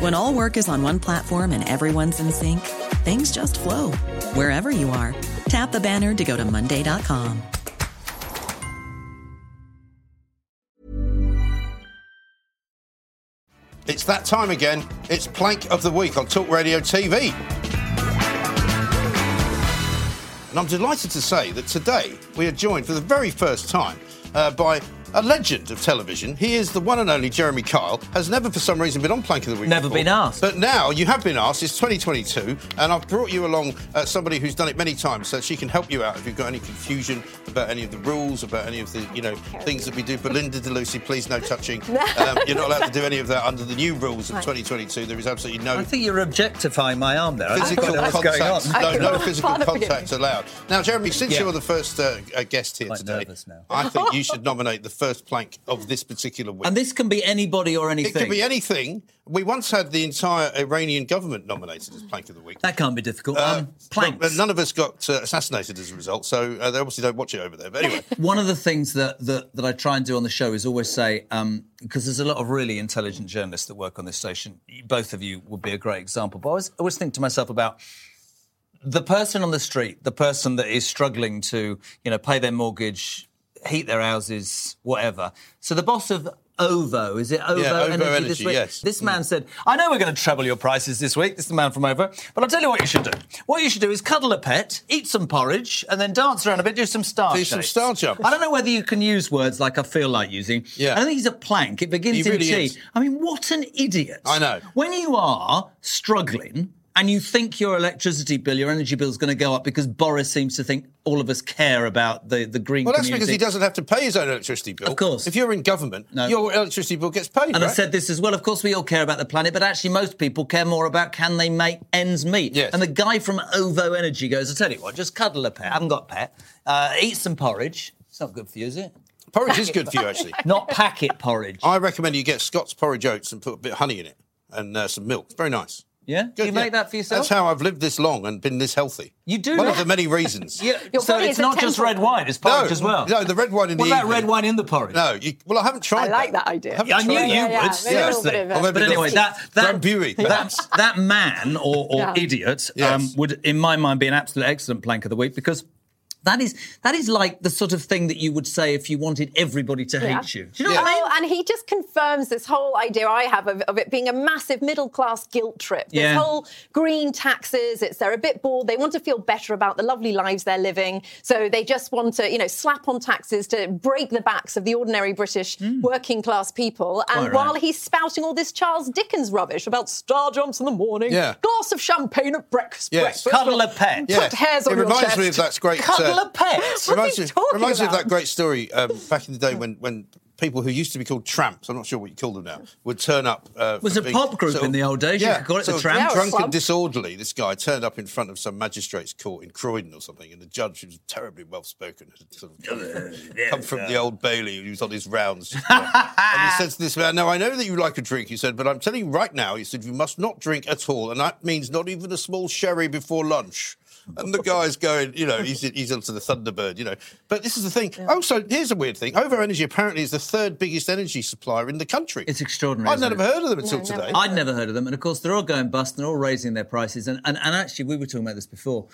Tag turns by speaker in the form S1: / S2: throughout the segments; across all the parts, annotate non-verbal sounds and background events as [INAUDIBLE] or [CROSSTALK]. S1: When all work is on one platform and everyone's in sync, things just flow wherever you are. Tap the banner to go to Monday.com.
S2: It's that time again. It's Plank of the Week on Talk Radio TV. And I'm delighted to say that today we are joined for the very first time uh, by a legend of television. He is the one and only Jeremy Kyle, has never for some reason been on Plank of the Week.
S3: Never
S2: before.
S3: been asked.
S2: But now you have been asked. It's 2022, and I've brought you along uh, somebody who's done it many times, so she can help you out if you've got any confusion about any of the rules, about any of the you know things that we do. Belinda DeLucy, please no touching. Um, you're not allowed to do any of that under the new rules of 2022. There is absolutely no
S3: I think you're objectifying my arm there. I don't
S2: physical
S3: know what's going
S2: contact.
S3: on.
S2: No, no
S4: Okay.
S2: physical
S4: Father, forgive
S2: contact allowed. Now, Jeremy, since
S3: Yeah.
S2: you're the first uh, uh, guest here
S3: Quite
S2: today,
S3: nervous now.
S2: I think you should nominate the first plank of this particular week.
S3: And this can be anybody or anything.
S2: it could be anything. We once had the entire Iranian government nominated as plank of the week.
S3: that can't be difficult.
S2: Uh,
S3: um, planks.
S2: But, but none of us got uh, assassinated as a result, so uh, they obviously don't watch it over there. But anyway,
S3: [LAUGHS] One of the things that, that, that I try and do on the show is always say, because there's a lot of really intelligent journalists that work on this station. You- Both of you would be a great example. But I always, always think to myself about the person on the street, the person that is struggling to, you know, pay their mortgage, heat their houses, whatever. So the boss of Ovo, is it Ovo,
S2: Yeah, Ovo
S3: this
S2: Energy,
S3: week?
S2: yes.
S3: This man said, I know we're going to treble your prices this week. This is the man from Ovo. But I'll tell you what you should do. What you should do is cuddle a pet, eat some porridge, and then dance around a bit, do some star
S2: Do some
S3: shapes.
S2: star jumps.
S3: I don't know whether you can use words like I feel like using.
S2: Yeah.
S3: I don't think he's a plank. It begins
S2: He
S3: in
S2: really
S3: G.
S2: is.
S3: I mean, what an idiot.
S2: I know.
S3: When you are struggling and you think your electricity bill, your energy bill is going to go up because Boris seems to think all of us care about the, the green
S2: well, that's
S3: community.
S2: because he doesn't have to pay his own electricity bill.
S3: Of course.
S2: If you're in government, your electricity bill gets paid.
S3: And I
S2: right?
S3: said this as well. Of course, we all care about the planet, but actually, most people care more about can they make ends meet.
S2: Yes.
S3: And the guy from Ovo Energy goes, "I tell you what, just cuddle a pet. I haven't got a pet. Uh, eat some porridge. It's not good for you, is it?
S2: porridge is good for you, actually.
S3: Not
S2: [LAUGHS]
S3: packet porridge.
S2: I recommend you get Scott's porridge oats and put a bit of honey in it and uh, some milk. It's very nice.
S3: yeah. Do you
S2: yeah.
S3: make that for yourself?
S2: That's how I've lived this long and been this healthy.
S3: You do
S2: One
S3: that?
S2: of the many reasons.
S3: [LAUGHS] yeah.
S4: Your
S3: So
S4: body
S3: it's
S4: is a
S3: not just
S4: temple.
S3: red wine; it's
S2: No,
S3: porridge as well.
S2: No, the red wine in
S3: What
S2: the
S3: about
S2: evening.
S3: red wine in the porridge?
S2: No, you, well, I haven't tried.
S4: I like that idea.
S2: haven't
S4: Yeah,
S3: I knew
S2: tried
S3: you
S2: that.
S4: Yeah, yeah,
S3: would.
S4: maybe a little
S3: Seriously.
S4: bit of a-
S2: Or maybe
S3: But anyway,
S2: the-
S3: that that,
S2: Grand Bury,
S3: that, [LAUGHS]
S2: perhaps.
S3: that man or, or
S4: Yeah.
S3: idiot um,
S2: Yes.
S3: would, in my mind, be an absolute excellent plank of the week because. That is that is like the sort of thing that you would say if you wanted everybody to
S4: Yeah.
S3: hate you. Do you know
S2: Yeah.
S3: what I mean?
S4: Oh, and he just confirms this whole idea I have of, of it being a massive middle class guilt trip. This
S3: Yeah.
S4: whole green taxes, it's they're a bit bored, they want to feel better about the lovely lives they're living. So they just want to, you know, slap on taxes to break the backs of the ordinary British working class people. And
S3: Hmm. Quite right.
S4: while he's spouting all this Charles Dickens rubbish about star jumps in the morning,
S2: Yeah.
S4: glass of champagne at breakfast,
S2: Yes.
S4: breakfast
S3: Cuddle a pet.
S4: put hairs on
S2: it
S4: your
S2: reminds
S4: chest.
S2: me of that great.
S3: Cuddle a pet.
S2: it
S4: What are
S2: Reminds,
S4: you
S2: me,
S4: talking
S2: reminds me of
S4: about?
S2: that great story
S4: [LAUGHS]
S2: um, back in the day when when people who used to be called tramps, I'm not sure what you call them now, would turn up. Uh,
S3: Was
S2: for
S3: a
S2: being
S3: pop group
S2: sort
S3: in the old days, you
S2: Yeah,
S3: could call it the
S2: sort of
S3: tramp.
S4: Yeah, or
S2: Drunk and
S4: slum.
S2: disorderly, this guy turned up in front of some magistrate's court in Croydon or something, and the judge, who was terribly well spoken, had sort of
S3: [LAUGHS]
S2: come from the old Bailey, who was on his rounds. just gone. and
S3: Ah.
S2: he said to this man, Now, I know that you like a drink, he said, but I'm telling you right now, he said, you must not drink at all, and that means not even a small sherry before lunch. And the guy's going, you know, he's, he's onto the Thunderbird, you know. But this is the thing. Also, here's a weird thing. Over Energy apparently is the third biggest energy supplier in the country.
S3: It's extraordinary,
S2: I've
S3: isn't
S2: never
S3: it?
S2: heard of them until today.
S3: I'd never heard of them. And of course, they're all going bust and they're all raising their prices. And, and, and actually, we were talking about this before.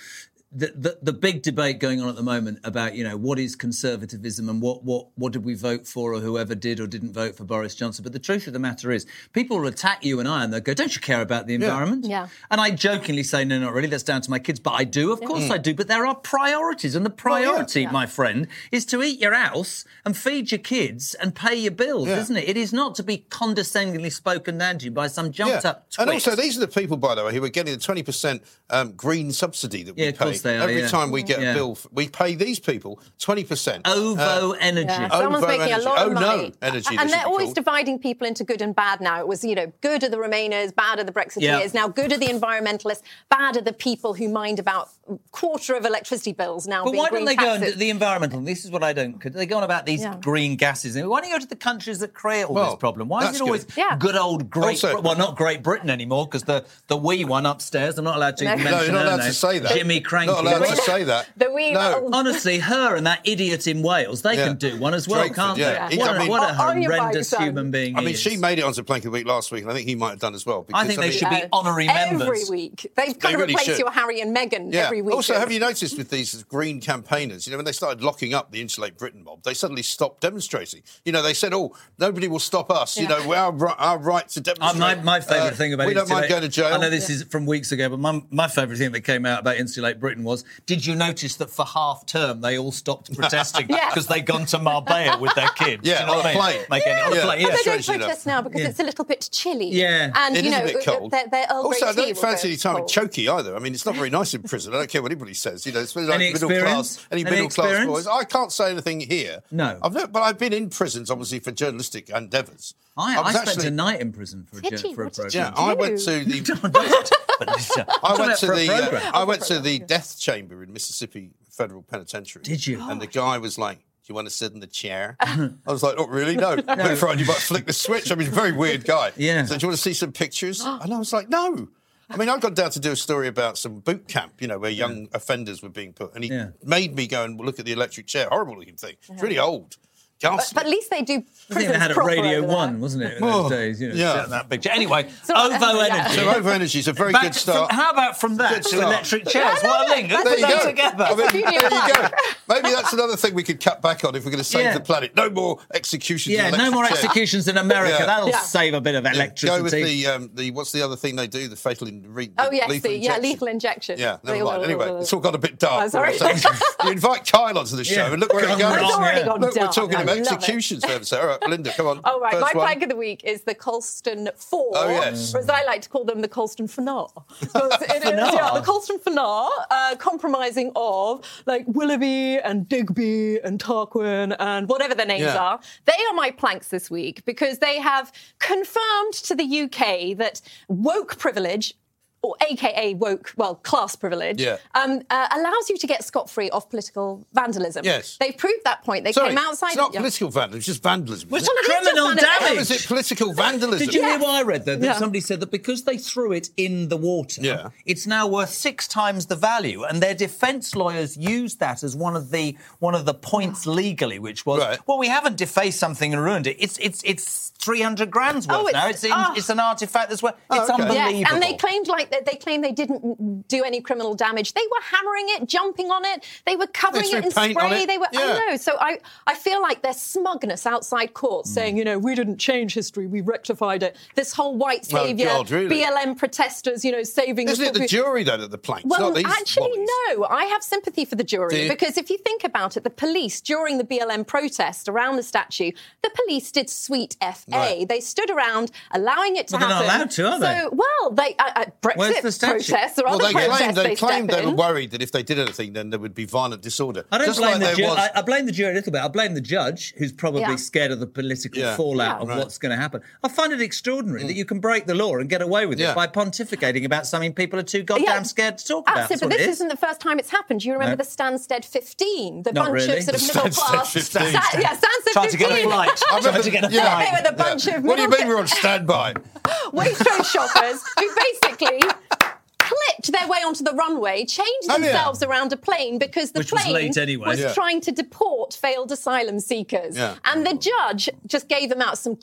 S3: the, the the big debate going on at the moment about you know what is conservatism and what what what did we vote for or whoever did or didn't vote for Boris Johnson. But the truth of the matter is, people will attack you and I and they'll go, "Don't you care about the environment?"
S4: Yeah.
S3: And I jokingly say, "No, not really. That's down to my kids." But I do, of course, I do. But there are priorities, and the priority, my friend, is to eat your house and feed your kids and pay your bills, isn't it? It is not to be condescendingly spoken down to you by some jumped
S2: Yeah.
S3: up.
S2: And
S3: twit.
S2: also, these are the people, by the way, who are getting the 20% um, green subsidy that we
S3: Yeah, of
S2: pay.
S3: course they are,
S2: Every
S3: yeah.
S2: time we get
S3: Yeah.
S2: a bill, f we pay these people 20%.
S3: Ovo energy.
S4: Yeah,
S2: Oh,
S4: someone's
S2: Ovo
S4: making
S2: energy.
S4: a lot of
S2: Oh, no,
S4: money.
S2: energy, they
S4: and
S2: should
S4: they're
S2: be
S4: always
S2: called.
S4: dividing people into good and bad now. It was, you know, good are the Remainers, bad are the Brexiteers.
S3: Yeah.
S4: Now, good are the environmentalists, bad are the people who mind about quarter of electricity bills now
S3: But
S4: being
S3: why
S4: green
S3: don't they go
S4: taxes.
S3: and the environmental? This is what I don't. They go on about these
S4: Yeah.
S3: green gases. And Why don't you go to the countries that create all
S2: Well,
S3: this problem? Why is
S2: that's
S3: it always
S2: good.
S4: Yeah.
S3: good old Great?
S2: Also-
S3: Brit- well, not Great Britain anymore because the the wee one upstairs. I'm not allowed to.
S4: No.
S3: mention
S2: no, you're not
S3: her
S2: allowed
S3: name.
S2: to say that.
S3: Jimmy Cranky.
S2: Not allowed
S4: The
S2: to say that.
S4: the wee-
S2: no.
S3: [LAUGHS] Honestly, her and that idiot in Wales, they
S2: Yeah.
S3: can do one as well,
S2: Drakeford,
S3: can't
S2: yeah.
S3: they?
S2: He-
S3: What,
S2: I
S3: a,
S2: mean-
S3: what a
S4: On your bike,
S3: horrendous
S4: son.
S3: human being!
S2: I mean,
S3: he
S2: she
S3: is.
S2: made it onto Plank of the Week last week, and I think he might have done as well.
S3: I think
S2: because,
S3: they should be
S4: No.
S3: honorary members.
S4: Uh, Every week. They've got to
S2: really
S4: replace
S2: should.
S4: your Harry and Meghan
S2: Yeah.
S4: every week.
S2: Also, have you noticed with these green campaigners, you know, when they started locking up the Insulate Britain mob, they suddenly stopped demonstrating. You know, they said, oh, nobody will stop us. You know, our, ri- our right to
S3: Uh,
S2: demonstrate.
S3: my, my favourite
S2: Uh,
S3: thing about
S2: We don't mind
S3: Insulate-
S2: going to jail.
S3: I know this is from weeks ago, but my, my favourite thing that came out about Insulate Britain was: Did you notice that for half term they
S2: [LAUGHS]
S3: all stopped protesting
S4: Yeah.
S3: because they'd gone to Marbella with their kids?
S2: Yeah,
S3: Do you know
S2: on
S3: what
S2: a
S3: I mean?
S2: plane.
S3: Like any- on a
S2: Yeah.
S3: plane,
S2: Yeah.
S4: But
S3: yeah.
S4: they
S2: strange
S4: don't
S2: enough.
S4: protest now because it's a little bit chilly.
S3: Yeah.
S4: and
S2: It
S4: you
S2: is
S4: know, uh,
S2: a bit cold.
S4: They're, they're Earl
S2: also,
S4: Grey
S2: I
S4: tea
S2: don't
S4: will
S2: fancy
S4: go
S2: any time in
S4: cold.
S2: Choky either. I mean, it's not very nice in prison. I don't care what anybody says. You know, it's like
S3: Any
S2: middle
S3: experience?
S2: class, any,
S3: Any
S2: middle class
S3: experience?
S2: boys. I can't say anything here.
S3: No.
S2: I've never, but I've been in prisons, obviously, for journalistic endeavours.
S3: I, I,
S2: was
S3: spent a night in prison for a,
S4: Did
S3: ju-
S4: you?
S3: for a
S4: What did you
S3: program.
S2: Yeah, I went to the
S3: [LAUGHS]
S2: I went to the uh, I went to the death chamber in Mississippi Federal Penitentiary.
S3: Did you? Oh. Uh-huh.
S2: And the guy was like, "Do you want to sit in the
S3: [LAUGHS]
S2: chair?" I was like, "Not really, no." no. Friend, you might flick the switch. I mean, he's a very weird guy.
S3: [LAUGHS] Yeah.
S2: So do you want to see some
S3: [GASPS]
S2: pictures? And I was like, "No." I mean, I got down to do a story about some boot camp, you know, where young offenders were being put, and he
S3: Yeah.
S2: made me go and look at the electric chair. Horrible looking thing. It's really old.
S4: But, but at least they do.
S3: I think they had it
S4: proper
S3: Radio
S4: over there.
S3: One, wasn't it? In those days, you know,
S2: Oh, yeah.
S3: set that picture.
S4: [LAUGHS]
S3: Anyway,
S4: all-
S3: Ovo
S4: yeah.
S3: Energy.
S2: so Rover Energy is a very
S3: Back
S2: good start.
S3: From, how about from that
S2: Good
S3: to
S2: start.
S3: electric chairs? What a link! Let's
S2: There
S3: put
S2: you
S3: that
S2: go.
S3: together.
S2: I mean,
S4: beauty of
S2: there you go.
S4: life.
S2: Maybe that's another thing we could cut back on if we're going to save
S3: Yeah.
S2: the planet. No more executions.
S3: yeah,
S2: in
S3: no more
S2: electric chairs.
S3: executions in America.
S2: Yeah.
S3: That'll
S4: Yeah.
S3: save a bit of electricity.
S2: Go with the, um, the what's the other thing they do? The fatal in, re,
S4: Oh yes,
S2: lethal
S4: the, yeah,
S2: injection.
S4: lethal injection.
S2: Yeah,
S4: They
S2: never
S4: all-
S2: mind. Anyway, it's all got a bit
S4: Oh,
S2: dark.
S4: sorry.
S2: you invite Kyle onto the show
S3: Yeah.
S2: and look where it
S3: Gone
S2: goes.
S3: wrong, It's already yeah.
S4: gone
S2: look, we're
S4: dark.
S2: talking
S4: I
S2: about
S4: love it.
S2: executions, over there. All right, Belinda, come on.
S4: Oh, right.
S2: First
S4: My
S2: one.
S4: plank of the week is the Colston Four,
S2: Oh, yes.
S4: or as I like to call them, the Colston Fanar. So it's- it is- yeah, the Colston Fanar, uh, compromising of like Willoughby and Digby and Tarquin and whatever their names
S2: Yeah.
S4: are. They are my planks this week because they have confirmed to the UK that woke privilege. Or AKA woke, well, class privilege,
S2: Yeah.
S4: um, uh, allows you to get scot free off political vandalism.
S2: Yes.
S4: They've proved that point. They
S2: Sorry,
S4: came outside.
S2: it's not
S4: yeah.
S2: political vandalism, it's just vandalism.
S3: Well, it's
S2: isn't it?
S4: Well,
S3: criminal
S4: it's just fun
S2: How
S4: and-
S3: damage.
S2: is it political vandalism?
S3: Did you hear what I read though? That
S4: Yeah.
S3: somebody said that because they threw it in the water,
S2: Yeah.
S3: it's now worth six times the value, and their defence lawyers used that as one of the one of the points legally, which was,
S2: Right.
S3: well, we haven't defaced something and ruined it. It's it's it's three hundred grand's worth
S4: Oh, it's-
S3: now. It's in,
S4: oh.
S3: it's an artifact that's worth. it's
S2: okay.
S3: unbelievable.
S4: Yes, and they claimed like that they claimed they didn't do any criminal damage. They were hammering it, jumping on it. They were covering
S2: They
S4: it
S2: threw
S4: in
S2: paint on
S4: spray.
S2: it.
S4: They were.
S2: Yeah.
S4: I know. So I, I feel like their smugness outside court,
S2: Hmm.
S4: saying you know we didn't change history, we rectified it. This whole white
S2: Oh,
S4: savior,
S2: God, really?
S4: BLM protesters, you know, saving.
S2: Isn't it the
S4: country.
S2: jury, though, that the planks?
S4: Well,
S2: not these
S4: actually,
S2: wobblies?
S4: no. I have sympathy for the jury
S2: Do you?
S4: because if you think about it, the police during the BLM protest around the statue, the police did sweet FA.
S2: Right.
S4: They stood around allowing it to
S3: Well, they're not
S4: happen.
S3: allowed to, are they?
S4: So, well, they uh, uh,
S3: Where's
S4: Brexit
S3: the statue?
S4: protests or
S2: Well,
S4: other
S2: they claimed
S4: protests
S2: they,
S4: they
S2: claimed
S4: step
S2: they were
S4: in.
S2: worried that if they did anything, then there would be violent disorder.
S3: I don't
S2: Just
S3: blame
S2: like
S3: the
S2: there
S3: jury.
S2: was-
S3: I, I blame the jury a little bit. I blame the judge, who's probably
S4: Yeah.
S3: scared of the political
S2: Yeah.
S3: fallout
S4: Yeah.
S3: of
S2: Right. Mm.
S3: what's going to happen. I find it extraordinary that you can break the law and get away with
S2: Yeah.
S3: it by pontificating about something people are too goddamn scared to talk about. That's
S4: Absolutely,
S3: what
S4: Ah, but
S3: it
S4: this
S3: is.
S4: isn't the first time it's happened. Do you remember
S3: No.
S4: the Stansted 15? The
S3: Not
S4: bunch
S3: really.
S4: of sort of
S2: The
S4: middle
S2: Stansted
S4: class.
S2: 15.
S4: yeah, Stansted
S3: Tried
S4: 15.
S3: to get a flight.
S2: I
S3: Tried to get a
S2: remember- yeah.
S4: They
S3: flight.
S4: were the bunch of
S2: What do you
S4: middle- [LAUGHS]
S2: mean we're on standby?
S4: Waitrose shoppers who basically clipped hitch their way onto the runway, changed
S2: Oh, yeah.
S4: themselves around a plane because the
S3: Which was
S4: plane
S3: late anyway.
S4: was
S2: Yeah.
S4: trying to deport failed asylum seekers.
S2: Yeah.
S4: And the judge just gave them out some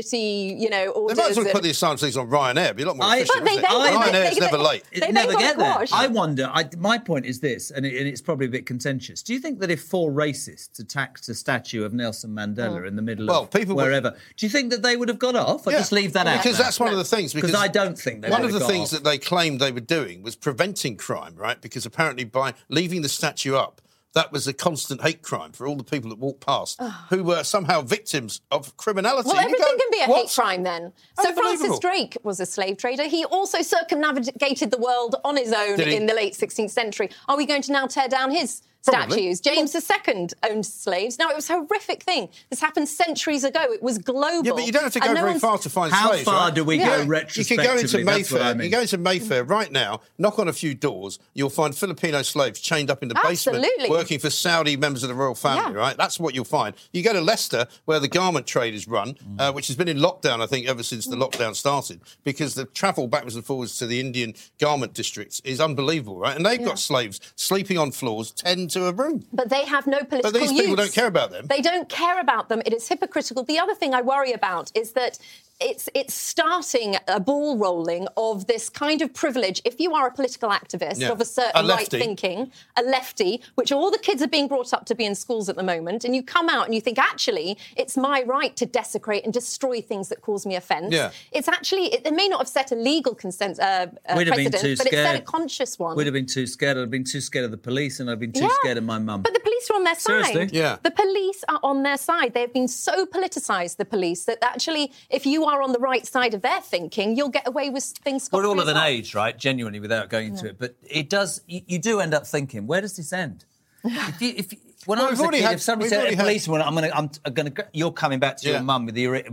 S4: community, you know,
S2: They
S4: orders.
S2: might as well
S4: and-
S2: put the asylum seekers on Ryanair. It'd be a lot more
S3: I-
S2: efficient.
S4: But they-
S2: wouldn't it?
S4: they- they-
S2: Ryanair's
S4: they-
S2: never
S4: they-
S2: late.
S4: they-
S3: It never
S4: got
S3: get there.
S4: quashed.
S3: I wonder. I, my point is this, and, it, and it's probably a bit contentious. Do you think that if four racists attacked a statue of Nelson
S4: Mm.
S3: Mandela in the middle
S2: Well,
S3: of
S2: people would-
S3: wherever, do you think that they would have got off? I
S2: Yeah.
S3: just leave that out
S2: because
S3: there.
S2: that's one of the things.
S3: because
S2: Because
S3: I don't think they
S2: one
S3: would
S2: of
S3: have
S2: the
S3: got
S2: things
S3: off.
S2: that they claimed they were doing was preventing crime, right? Because apparently by leaving the statue up, that was a constant hate crime for all the people that walked past who were somehow victims of criminality.
S4: Well,
S2: You go,
S4: everything can be a
S2: "What?"
S4: hate crime then. So Francis
S2: Unbelievable.
S4: Drake was a slave trader. He also circumnavigated the world on his own
S2: Did he?
S4: in the late 16th century. Are we going to now tear down his
S2: Probably.
S4: statues? James II owned slaves. Now, it was a horrific thing. This happened centuries ago. It was global.
S2: Yeah, but you don't have to
S4: And
S2: go
S4: no
S2: very
S4: one's-
S2: far to find
S3: How
S2: slaves.
S3: far
S2: right?
S3: do we go
S4: Yeah. You could
S2: You could
S3: retrospectively?
S2: go into
S3: That's what
S2: Mayfair.
S3: I mean.
S2: You go into Mayfair right now, knock on a few doors, you'll find Filipino slaves chained up in the
S4: Absolutely.
S2: basement working for Saudi members of the royal family,
S4: Yeah.
S2: right? That's what you'll find. You go to Leicester, where the garment trade is run,
S3: Mm.
S2: uh, which has been in lockdown, I think, ever since the
S4: Mm.
S2: lockdown started, because the travel backwards and forwards to the Indian garment districts is unbelievable, right? And they've got slaves sleeping on floors 10 to a room.
S4: But they have no political
S2: But these people
S4: use.
S2: don't care about them.
S4: They don't care about them. It is hypocritical. The other thing I worry about is that it's it's starting a ball rolling of this kind of privilege. If you are a political activist
S2: Yeah.
S4: of a
S2: A
S4: certain right
S2: lefty.
S4: thinking, a lefty, which all the kids are being brought up to be in schools at the moment, and you come out and you think, actually, it's my right to desecrate and destroy things that cause me offence.
S2: Yeah.
S4: It's actually it, they may not have set a legal consent uh, uh,
S3: We'd have been
S4: precedent,
S3: too
S4: but it's set a
S3: scared.
S4: conscious one.
S3: We'd have been too scared. I'd have been too scared of the police, and I'd been too
S4: Yeah.
S3: scared of my mum.
S4: But the police are on their
S3: Seriously?
S4: side.
S2: Yeah.
S4: The police are on their side. They have been so politicised, the police, that actually, if you are on the right side of their thinking, you'll get away with things.
S3: We're all of
S4: scot-free
S3: an
S4: as well.
S3: age, right? Genuinely, without going into it, but it does. You, you do end up thinking, where does this end? If you, if you, when
S2: Well,
S3: I was
S2: we've
S3: a
S2: already
S3: kid,
S2: had-
S3: if somebody
S2: we've
S3: said,
S2: already
S3: "Hey,
S2: had-
S3: "Policeman, I'm gonna, I'm, I'm gonna," go," you're coming back to your
S2: Yeah.
S3: mum with the ori-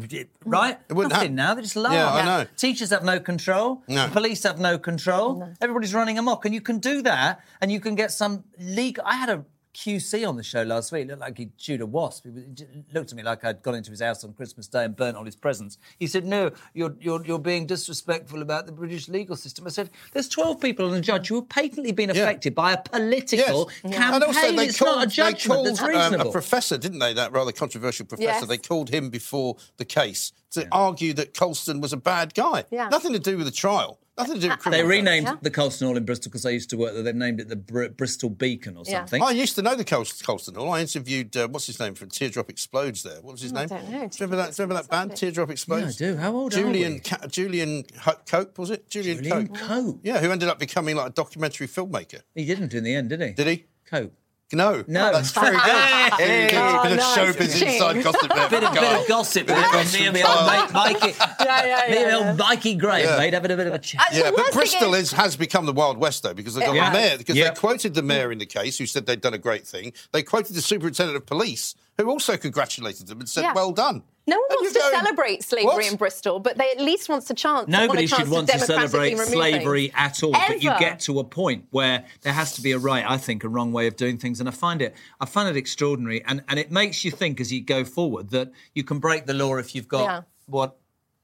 S3: right. It
S2: wouldn't
S3: Nothing
S2: happen.
S3: now. They just lie.
S2: Yeah, I know.
S3: Teachers have no control.
S2: No.
S3: The police have no control. Everybody's running amok, and you can do that, and you can get some legal. I had a. QC on the show last week It looked like he chewed a wasp. He was- He j- looked at me like I'd gone into his house on Christmas Day and burnt all his presents. He said, "No, you're you're you're being disrespectful about the British legal system." I said, "There's 12 people on the judge who have patently been affected by a political campaign.
S2: And also, they
S3: it's
S2: called,
S3: not a
S2: they
S3: judgment
S2: called
S3: that's
S2: um,
S3: reasonable."
S2: a professor, didn't they? That rather controversial professor.
S4: Yes.
S2: They called him before the case to argue that Colston was a bad guy.
S4: Yeah.
S2: Nothing to do with the trial. Nothing to do with
S3: they
S2: criminal.
S3: renamed
S4: Yeah.
S3: the Colston Hall in Bristol because I used to work there. They named it the Br- Bristol Beacon or
S4: Yeah.
S3: something.
S2: I used to know the Col- Colston Hall. I interviewed uh, what's his name from Teardrop Explodes. There, what was his
S4: Oh, I
S2: name?
S4: don't know.
S2: Do you remember that? Do you remember that band, Teardrop Explodes?
S3: do. How old are
S2: Julian
S3: we?
S2: Ca- Julian Ho- Cope was it? Julian,
S3: Julian
S2: Cope.
S3: Cope.
S2: Yeah, who ended up becoming like a documentary filmmaker.
S3: He didn't in the end, did he?
S2: Did he?
S3: Cope.
S2: No,
S3: No.
S2: that's true. Yeah.
S3: [LAUGHS] Hey.
S2: Bit of
S4: Oh, nice.
S2: showbiz inside
S3: [LAUGHS]
S2: gossip. there,
S3: Bit of, bit
S2: Carl.
S3: of gossip.
S2: Bit of
S3: me and
S2: gossip,
S3: the old
S2: Carl.
S3: mate, Mikey.
S4: [LAUGHS] [LAUGHS] Yeah, yeah,
S3: Me and
S4: yeah,
S3: the old Mikey Graham, mate, having a bit of a chat.
S4: And
S2: Yeah,
S4: the
S2: but
S4: worst thing
S2: Bristol
S4: is-
S2: is, has become the Wild West, though, because they got
S4: has.
S2: the mayor, because
S3: Yeah.
S2: they quoted the mayor in the case who said they'd done a great thing. They quoted the superintendent of police who also congratulated them and said,
S4: Yeah.
S2: well done.
S4: No one
S2: And
S4: wants to
S2: you're going,
S4: celebrate slavery
S2: "What?"
S4: in Bristol, but they at least wants a chance.
S3: Nobody
S4: want a chance
S3: should want to
S4: democratically
S3: celebrate
S4: remove
S3: slavery
S4: things.
S3: at all. But you
S4: Ever.
S3: get to a point where there has to be a right, I think, a wrong way of doing things. And I find it I find it extraordinary. And and it makes you think as you go forward that you can break the law if you've got
S4: Yeah.
S3: what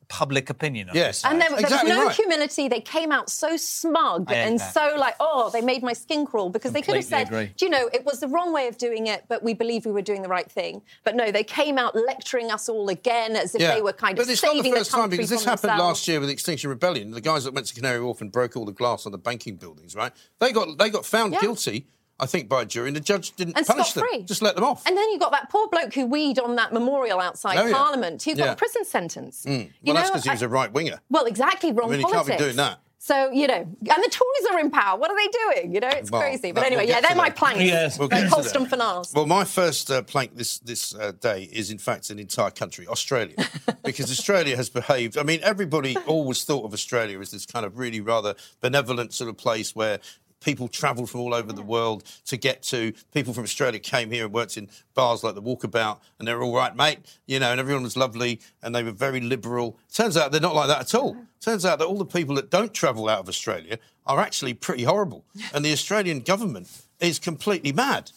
S3: public opinion on
S2: Yes.
S3: your side.
S4: And there, there
S2: Exactly
S4: was no
S2: right.
S4: humility. They came out so smug
S3: hate
S4: and
S3: that.
S4: so like, oh, they made my skin crawl because they could have
S3: Completely
S4: said,
S3: agree.
S4: do you know, it was the wrong way of doing it, but we believe we were doing the right thing. But no, they came out lecturing us all again as if they were kind of
S2: but it's not
S4: saving
S2: the first time
S4: country
S2: because this
S4: from
S2: happened
S4: themselves.
S2: last year with the Extinction Rebellion. The guys that went to Canary Wharf and broke all the glass on the banking buildings, right? They got they got found
S4: Yeah.
S2: guilty, I think, by a jury, and the judge didn't
S4: And
S2: punish
S4: scot-free.
S2: them, just let them off.
S4: And then you got that poor bloke who weed on that memorial outside
S2: Oh, yeah.
S4: Parliament who got
S2: Yeah. Mm.
S4: a prison sentence. You
S2: well, that's
S4: know,
S2: because he was
S4: I-
S2: a right winger.
S4: well, exactly wrong
S2: I mean, you can't
S4: politics.
S2: be doing that.
S4: So you know, and the Tories are in power. What are they doing? You know, it's
S2: Well,
S4: crazy.
S2: that-
S4: But anyway,
S2: we'll
S4: yeah,
S2: get
S4: they're
S2: to
S4: my
S2: that.
S4: planks.
S3: Yes.
S2: We'll
S4: We'll
S2: get to
S4: Colston
S2: that.
S4: finals.
S2: Well, my first uh, plank this this uh, day is in fact an entire country, Australia, because Australia has behaved. I mean, everybody always thought of Australia as this kind of really rather benevolent sort of place where. People travelled from all over the world to get to. People from Australia came here and worked in bars like the Walkabout, and they're all right, mate. You know, and everyone was lovely, and they were very liberal. Turns out they're not like that at all. Turns out that all the people that don't travel out of Australia are actually pretty horrible, and the Australian government is completely mad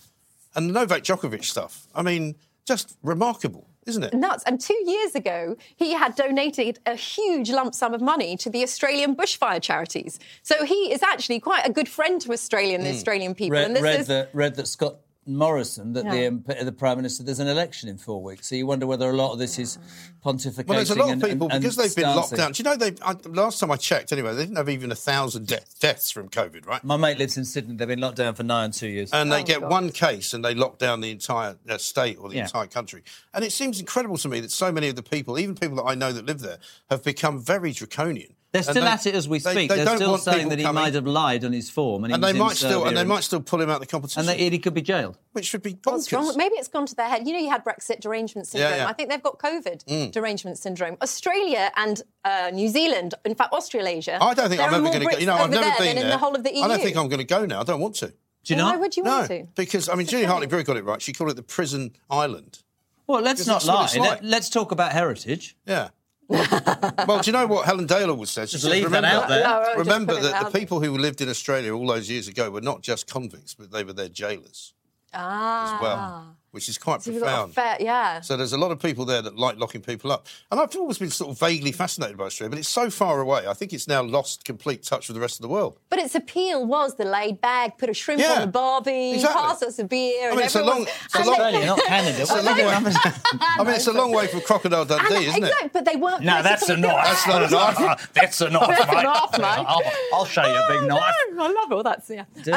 S2: and the Novak Djokovic stuff. I mean, just remarkable. isn't it?
S4: nuts. And two years ago, he had donated a huge lump sum of money to the Australian bushfire charities. So he is actually quite a good friend to Australian,
S2: Hmm.
S4: the Australian people.
S3: Read,
S4: and this
S3: read
S4: is
S3: that read that Scott Morrison, that
S4: Yeah.
S3: the MP, the Prime Minister, there's an election in four weeks. So you wonder whether a lot of this is pontificating.
S2: Well, there's a lot
S3: and,
S2: of people
S3: and- and
S2: because they've been locked
S3: stancing.
S2: down. Do you know they? I, last time I checked, anyway, they didn't have even a thousand de- deaths from COVID, right?
S3: My mate lives in Sydney. They've been locked down for nine two years.
S2: and they
S4: Oh,
S2: get
S4: God.
S2: one case and they lock down the entire uh, state or the
S3: Yeah.
S2: entire country. And it seems incredible to me that so many of the people, even people that I know that live there, have become very draconian.
S3: They're
S2: And
S3: still at it as we
S2: they-
S3: speak.
S2: They
S3: They are
S2: don't
S3: still
S2: want
S3: saying
S2: people
S3: that he
S2: coming,
S3: might have lied on his form, and, he
S2: and
S3: was
S2: they
S3: in
S2: might still and
S3: Serbia
S2: they might still pull him out of the competition,
S3: and they, he could be jailed.
S2: which would be bonkers.
S4: What's wrong with- Maybe it's gone to their head. You know, you had Brexit derangement syndrome.
S2: yeah. Hmm.
S4: I think they've got COVID derangement syndrome. Australia and uh, New Zealand, in fact, Australasia.
S2: I don't think
S4: there
S2: I'm
S4: are
S2: ever
S4: more
S2: going to go.
S4: Brits
S2: You know,
S4: over
S2: I've never
S4: there
S2: been
S4: than
S2: there.
S4: in the whole of the EU.
S2: I don't think I'm going to go now. I don't want to.
S3: Do you
S4: Why
S3: not?
S4: would you
S2: No,
S4: want to? Oh,
S2: because I mean, Julie Hartley Brew got it right. She called it the prison island.
S3: Well, let's not
S2: Because that's what
S3: lie.
S2: it's like.
S3: Let, let's talk about
S4: [LAUGHS]
S3: heritage.
S2: Yeah. well, do you know what Helen Dale always says? She
S3: Just
S2: says,
S3: leave that
S2: remember,
S3: out there. No,
S4: I would just
S2: remember
S4: put it
S2: that
S4: out
S2: the
S4: there.
S2: people who lived in Australia all those years ago were not just convicts, but they were their jailers
S4: Ah.
S2: as well, which is quite
S4: So you've got a
S2: profound.
S4: fair, yeah.
S2: So there's a lot of people there that like locking people up. And I've always been sort of vaguely fascinated by Australia, but it's so far away. I think it's now lost complete touch with the rest of the world.
S4: But its appeal was the laid back, put a shrimp
S2: Yeah.
S4: on the barbie,
S2: Exactly.
S4: pass us a beer.
S2: I
S4: and
S2: mean, it's a
S4: everyone's-
S2: long- it's a
S4: and
S2: long-
S4: they-
S3: Australia, not Canada.
S2: It's a long way. [LAUGHS] I mean, it's a long way from Crocodile
S4: and-
S2: Dundee, isn't it?
S4: exactly, but they weren't.
S3: No, that's a
S4: politically
S3: knife.
S2: That's not a
S5: Uh,
S2: knife.
S3: that's a knife,
S4: That's a
S3: mate.
S4: knife, mate.
S3: I'll, I'll show you a
S4: Oh,
S3: big knife.
S4: No, I love all that. Yeah.
S3: Do you?
S4: [LAUGHS]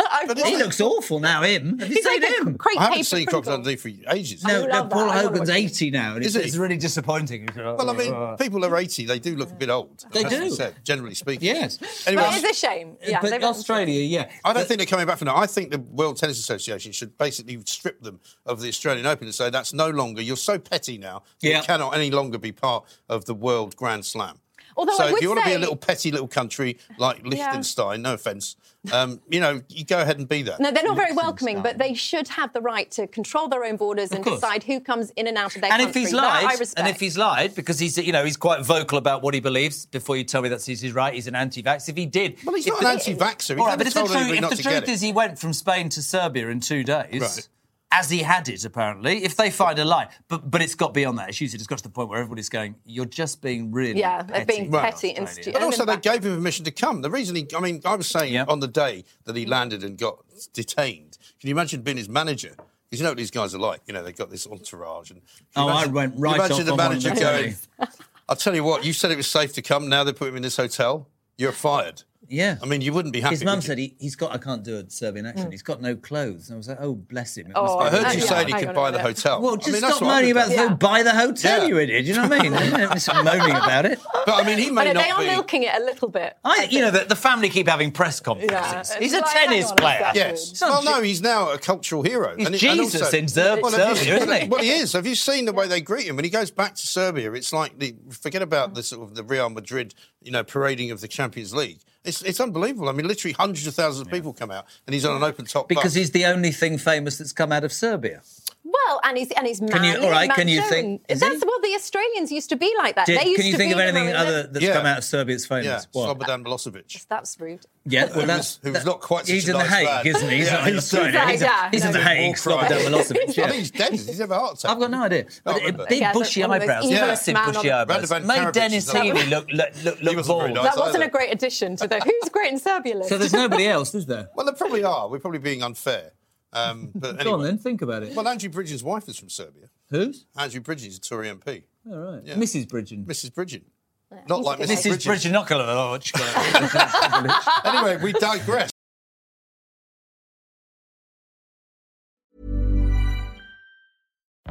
S4: I,
S3: He looks awful now, him. Have you
S4: He's
S3: seen
S4: like a
S3: him?
S4: Great
S2: I haven't
S4: paper
S2: seen
S4: Pringle.
S2: Crocodile Dundee for ages.
S4: I
S3: No, no,
S4: love that.
S3: Paul
S4: I wanna
S3: Hogan's
S4: watch it.
S3: 80 now, and it's,
S2: Is he?
S3: it's really disappointing. Oh,
S2: Well, I mean, people are 80, they do look a bit old.
S3: They
S2: as you
S3: do.
S2: Said, generally speaking.
S3: Yes.
S2: Anyway,
S4: But it is a shame. Yeah,
S3: but
S4: they've-
S3: Australia, yeah.
S2: I don't think they're coming back from that. I think the World Tennis Association should basically strip them of the Australian Open and say that's no longer. You're so petty now.
S3: Yeah.
S2: You cannot any longer be part of the World Grand Slam.
S4: Although
S2: so
S4: I
S2: if
S4: would
S2: you want to be a
S4: say-
S2: little petty little country like Liechtenstein, no offence, um, you know, you go ahead and be that.
S4: No, they're not very welcoming, but they should have the right to control their own borders and
S3: course.
S4: decide who comes in and out of their
S3: And if
S4: country.
S3: he's
S4: That I
S3: lied,
S4: respect.
S3: and if he's lied, because he's you know he's quite vocal about what he believes. Before you tell me that he's he's right, he's an anti-vax. If he did,
S2: Well, he's
S3: if
S2: not
S3: the-
S2: an anti-vaxxer. He's
S3: All right,
S2: never
S3: but if the
S2: told
S3: truth,
S2: anybody
S3: if
S2: not
S3: the
S2: to get
S3: truth
S2: it.
S3: is he went from Spain to Serbia in two days,
S2: Right.
S3: as he had it apparently. If they find a lie, but but it's got beyond that. It's usually just got to the point where everybody's going, "You're just being really
S4: Yeah, they're
S3: petty
S4: being
S3: about
S4: petty and
S3: Australia."
S4: stupid.
S2: But also,
S4: then
S2: they
S4: back-
S2: gave him permission to come. The reason he, I mean, I was saying
S3: Yeah.
S2: on the day that he landed and got detained, can you imagine being his manager? Because you know what these guys are like. You know, they've got this entourage. And can you
S3: Oh, I went right
S2: Imagine
S3: off
S2: the
S3: on one of
S2: manager
S3: the
S2: going, I'll tell you what, you said it was safe to come. Now they put him in this hotel. You're fired.
S3: Yeah.
S2: I mean, you wouldn't be happy.
S3: His mum
S2: would you?
S3: said he, he's got. I can't do a Serbian accent. He's got no clothes. And I was like, oh, bless him. It
S4: Mm. Oh,
S2: I
S3: must be
S2: heard you
S3: really
S4: Yeah,
S2: say
S3: hard.
S2: he
S4: hang
S2: could
S4: on
S2: buy
S4: a
S2: the
S4: minute.
S2: hotel.
S3: Well,
S2: I
S3: just
S2: mean, that's
S3: stop
S2: what I
S3: moaning
S2: would
S3: about
S2: do.
S3: the hotel.
S4: Yeah.
S3: Buy the hotel,
S2: Yeah.
S3: you idiot. You know what I mean? It's moaning about it.
S2: But I mean, he
S4: I
S2: may
S4: know,
S2: not
S4: they are
S2: be.
S4: milking it a little bit.
S3: I, you know, the, the family keep having press conferences.
S4: Yeah,
S3: he's a
S4: it's like,
S3: tennis
S4: hang on a
S3: player.
S4: second.
S2: Yes. well, no, he's now a cultural hero.
S3: He's
S2: it-
S3: Jesus in Serb-
S2: have you-
S3: Serbia, isn't
S2: [LAUGHS]
S3: he?
S2: Well, he is. Have you seen the way they greet him when he goes back to Serbia? It's like the forget about the sort of the Real Madrid, you know, parading of the Champions League. It's, it's unbelievable. I mean, literally hundreds of thousands of people come out, and he's on an open top.
S3: Because
S2: bus.
S3: he's the only thing famous that's come out of Serbia.
S4: Well, and he's and he's manly.
S3: Can you- all right,
S4: man's
S3: can you
S4: own.
S3: think- is
S4: That's
S3: he?
S4: well, the Australians used to be like that.
S3: Did,
S4: they used
S3: can you
S4: to
S3: think
S4: be
S3: of
S4: the
S3: anything
S4: Maroon-
S3: other that's
S2: Yeah.
S3: come out of Serbia that's
S2: yeah,
S3: famous? What?
S2: Slobodan Milosevic.
S4: That's rude.
S3: Yeah, well,
S2: Who was,
S3: that's
S2: who was not quite.
S3: He's
S2: such
S3: in
S2: a
S3: the
S2: nice
S3: Hague,
S2: man.
S3: isn't he? He's not in
S2: he's-
S3: Australia.
S4: like,
S3: He's, in-
S4: yeah,
S3: he's in
S4: no,
S3: the
S4: no.
S3: Hague, Slobodan Milosevic.
S2: [LAUGHS] I think
S3: Yeah.
S2: he's dead. He's never heart attack.
S3: I've got no idea. But, uh,
S2: remember.
S3: big
S4: Yeah,
S3: bushy
S4: one of those
S3: eyebrows,
S4: evil
S3: massive
S4: man on
S3: bushy
S4: the-
S3: eyebrows.
S2: Radovan
S3: Made
S2: Karadzic
S3: Dennis
S2: is another
S3: Healy
S2: one.
S3: look look look, look
S2: wasn't very
S3: bald.
S2: nice.
S4: That wasn't
S2: Oh, either.
S4: a great addition to the Who's Great in Serbia list.
S3: So there's nobody else, is there?
S2: Well, there probably are. We're probably being unfair. Um, but
S3: [LAUGHS] Go on
S2: anyway.
S3: then, think about it.
S2: Well, Andrew Bridges' wife is from Serbia.
S3: Who's?
S2: Andrew Bridges is a Tory MP.
S3: All right, Mrs. Bridgen.
S2: Mrs. Bridgen. Not like
S4: he's
S2: Mrs.
S3: Mrs.
S4: a
S2: Bridgen.
S3: Bridgen Oculodge.
S2: Anyway, we digress.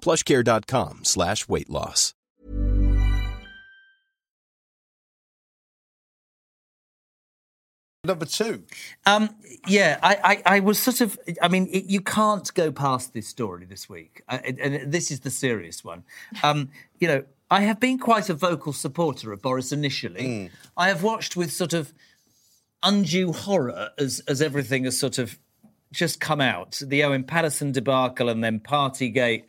S6: plushcare.com slash weight loss.
S2: Number two.
S3: Um, yeah, I, I, I was sort of. I mean, it, you can't go past this story this week, I, and, and this is the serious one. Um, you know, I have been quite a vocal supporter of Boris initially. I have watched with sort of undue horror as as everything has sort of just come out. The Owen Patterson debacle and then Partygate.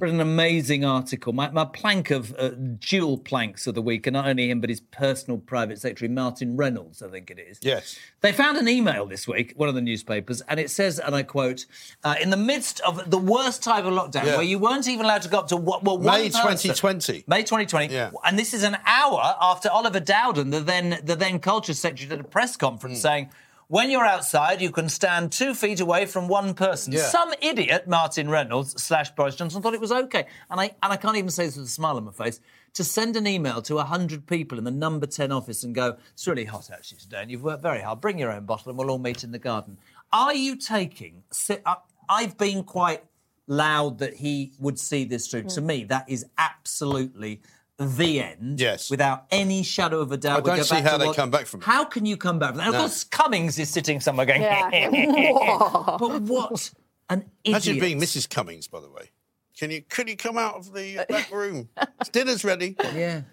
S3: Read an amazing article. My, my plank of uh, dual planks of the week, and not only him, but his personal private secretary, Martin Reynolds, I think it is.
S2: Yes.
S3: They found an email this week, one of the newspapers, and it says, and I quote, uh, in the midst of the worst type of lockdown,
S2: Yeah.
S3: where you weren't even allowed to go up to what, well, one
S2: May
S3: person-
S2: 2020.
S3: May 2020.
S2: Yeah.
S3: And this is an hour after Oliver Dowden, the then the then culture secretary, did a press conference saying, when you're outside, you can stand two feet away from one person.
S2: Yeah.
S3: Some idiot, Martin Reynolds slash Boris Johnson, thought it was okay. And I and I can't even say this with a smile on my face. To send an email to 100 people in the number 10 office and go, it's really hot actually today, and you've worked very hard. Bring your own bottle and we'll all meet in the garden. Are you taking. si- I- I've been quite loud that he would see this through.
S4: Hmm.
S3: To me, that is absolutely the end.
S2: Yes.
S3: Without any shadow of a doubt.
S2: I
S3: We
S2: don't
S3: go
S2: see
S3: back
S2: how
S3: to
S2: they
S3: what-
S2: come back from it.
S3: How can you come back from that? And Of course, Cummings is sitting somewhere going, [LAUGHS]
S4: Yeah.
S3: but what an idiot.
S2: Imagine being Mrs. Cummings, by the way. Can you could you come out of the back
S4: [LAUGHS]
S2: room? Dinner's ready. You've
S3: Yeah.
S2: been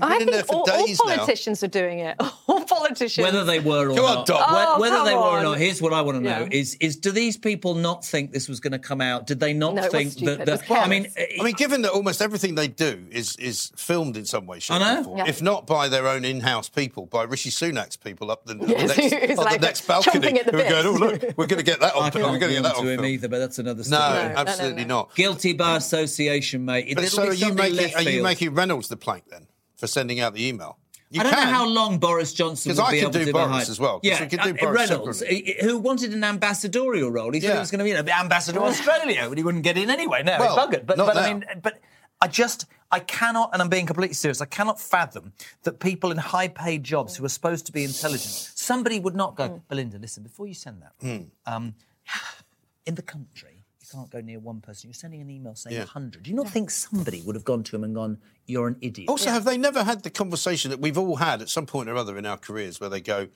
S4: Uh, I
S2: in there
S4: think
S2: for
S4: all, all
S2: days now.
S4: politicians are doing it. [LAUGHS] All politicians.
S3: Whether they were or
S2: Come on,
S3: not,
S2: Doc.
S3: Whe-
S4: Oh,
S3: whether
S4: come
S3: they were or
S4: on.
S3: not, here's what I want to know:
S4: Yeah.
S3: is is do these people not think this was going to come out? Did they not
S4: No, it was
S3: think
S4: stupid.
S3: that?
S4: It was
S3: that- I mean, eh,
S4: careless.
S2: I mean, given that almost everything they do is is filmed in some way, shape,
S3: I know.
S2: or form,
S4: Yeah.
S2: if not by their own in-house people, by Rishi Sunak's people up the, on the
S4: Yes,
S2: next,
S4: [LAUGHS] it's
S2: on
S4: like
S2: the next balcony,
S4: chomping at the
S2: who are going,
S4: bit.
S2: "Oh look, we're going to get that on.
S3: I
S2: film, We're
S3: can't
S2: going to get that
S3: warm
S2: on
S3: to him
S2: film."
S3: either, but that's another
S2: No,
S3: story.
S2: absolutely
S4: no.
S2: not.
S3: Guilty by association, mate. It'll
S2: But so
S3: be
S2: are you
S3: something
S2: making
S3: left
S2: are you
S3: field.
S2: making Reynolds the plank then for sending out the email? You
S3: I don't
S2: can.
S3: know how long Boris Johnson
S2: 'Cause
S3: will
S2: I
S3: be
S2: could
S3: able
S2: do
S3: to
S2: Boris
S3: behind.
S2: as well, 'cause
S3: Yeah,
S2: we could do
S3: uh,
S2: Boris
S3: Reynolds,
S2: separately.
S3: uh, who wanted an ambassadorial role. He thought
S2: Yeah.
S3: he was going to be you know, be ambassador to Australia, but he wouldn't get in anyway. No,
S2: Well,
S3: he buggered. [LAUGHS] But,
S2: not
S3: but
S2: now.
S3: I mean, but I just I cannot, and I'm being completely serious. I cannot fathom that people in high-paid jobs who are supposed to be intelligent, somebody would not go,
S2: Mm.
S3: Belinda. Listen, before you send that,
S2: Hmm.
S3: um, in the country. You can't go near one person. You're sending an email saying a
S2: Yeah. Oh.
S3: 100. Do you not think somebody would have gone to him and gone, You're an idiot?
S2: Also, have they never had the conversation that we've all had at some point or other in our careers where they go,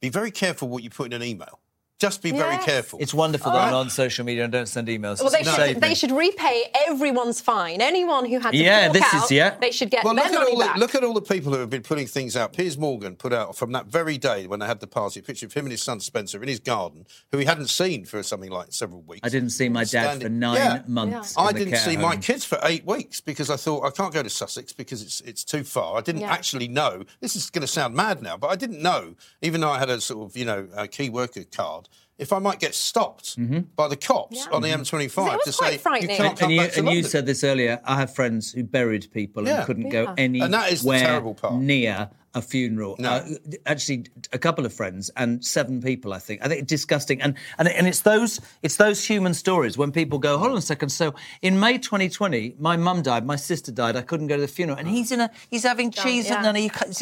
S2: "Be very careful what you put in an email. Just be very
S4: Yes.
S2: careful."
S3: It's wonderful that I'm
S2: Right?
S3: on social media and don't send emails.
S4: Well, they,
S3: It's
S4: should,
S3: saved
S4: they
S3: me.
S4: should repay everyone's fine. Anyone who had to
S3: Yeah,
S4: fork
S3: this is-
S4: out,
S3: yeah.
S4: they should get
S2: Well,
S4: their
S2: look at,
S4: money
S2: all the,
S4: back.
S2: look at all the people who have been putting things out. Piers Morgan put out from that very day when they had the party a picture of him and his son Spencer in his garden, who he hadn't seen for something like several weeks.
S3: I didn't see my dad for
S2: Standing-
S3: nine
S2: Yeah.
S3: months.
S2: I
S3: in the
S2: didn't
S3: care
S2: see my
S3: home.
S2: kids for eight weeks because I thought I can't go to Sussex because it's it's too far. I didn't
S4: Yeah.
S2: actually know. This is going to sound mad now, but I didn't know, even though I had a sort of you know a key worker card, if I might get stopped
S3: Mm-hmm.
S2: by the cops on the M25
S4: It was
S2: to
S4: quite
S2: say you
S4: frightening.
S2: can't come
S3: And, you,
S2: back to
S3: and you
S2: London.
S3: said this earlier. I have friends who buried people
S2: Yeah.
S3: and couldn't go
S4: Yeah.
S3: anywhere
S2: And that is the terrible part.
S3: near a funeral. Uh, actually, a couple of friends and seven people. I think. I think it's disgusting. And and and it's those it's those human stories when people go, hold on a second. So in May 2020, my mum died, my sister died. I couldn't go to the funeral, and he's in a he's having cheese
S4: yeah.
S3: and none. You can't,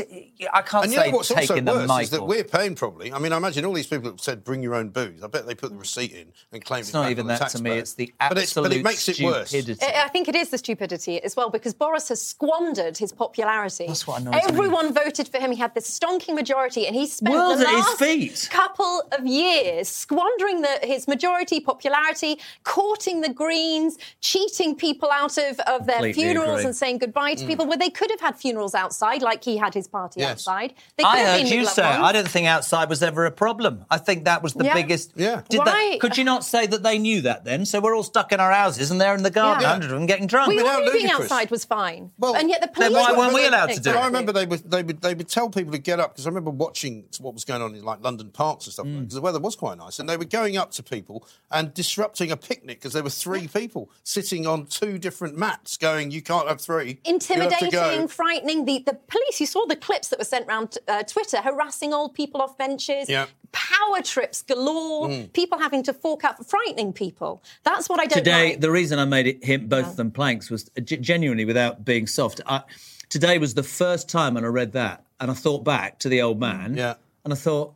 S3: I can't
S2: And you
S3: say
S2: know what's also
S3: taking the
S2: worse
S3: mic
S2: is that
S3: off.
S2: we're paying probably. I mean, I imagine all these people that said bring your own booze. I bet they put the receipt in and claimed
S3: It's
S2: it
S3: not
S2: back
S3: even
S2: on the
S3: that to me,
S2: taxpayer.
S3: it's the
S2: but it's, but it
S3: absolute
S2: makes it worse.
S3: stupidity.
S4: I I think it is the stupidity as well because Boris has squandered his popularity.
S3: That's what annoys me.
S4: Everyone voted voted for him. He had this stonking majority, and he spent
S5: World
S4: the
S5: at his
S4: last
S5: feet.
S4: couple of years squandering the, his majority popularity, courting the Greens, cheating people out of, of their
S5: Completely
S4: funerals
S5: agree.
S4: and saying goodbye to people where they could have had funerals outside, like he had his party
S2: Mm. Yes.
S4: outside. They could
S5: I
S4: have
S5: heard
S4: been
S5: you
S4: with loved
S5: say
S4: ones.
S5: I don't think outside was ever a problem. I think that was the
S4: Yeah.
S5: biggest.
S2: Yeah.
S5: Did
S4: Why-
S5: that, could you not say that they knew that then? So we're all stuck in our houses and they're in the garden,
S4: Yeah.
S5: hundred of them getting drunk.
S4: We
S2: mean,
S4: were
S2: how
S4: moving
S2: ludicrous.
S4: outside was fine.
S2: Well,
S4: and yet the police
S5: then why
S4: were
S5: weren't we
S4: doing
S5: allowed to
S4: things.
S5: do it?
S2: I remember they would they would they would tell people to get up because I remember watching what was going on in like London parks and stuff
S5: Mm.
S2: because the weather was quite nice and they were going up to people and disrupting a picnic because there were three people sitting on two different mats going you can't have three you'll have to
S4: Intimidating,
S2: go."
S4: frightening. The, the police, you saw the clips that were sent round uh, Twitter, harassing old people off benches,
S2: Yeah.
S4: power trips galore,
S5: Hmm.
S4: people having to fork out for frightening people. That's what I don't
S2: [LAUGHS]
S5: today
S4: like.
S5: the reason i made it him both of them planks was g- genuinely without being soft I, today was the first time and i read that and i thought back to the old man
S2: Mm, Yeah. Mm.
S5: and i thought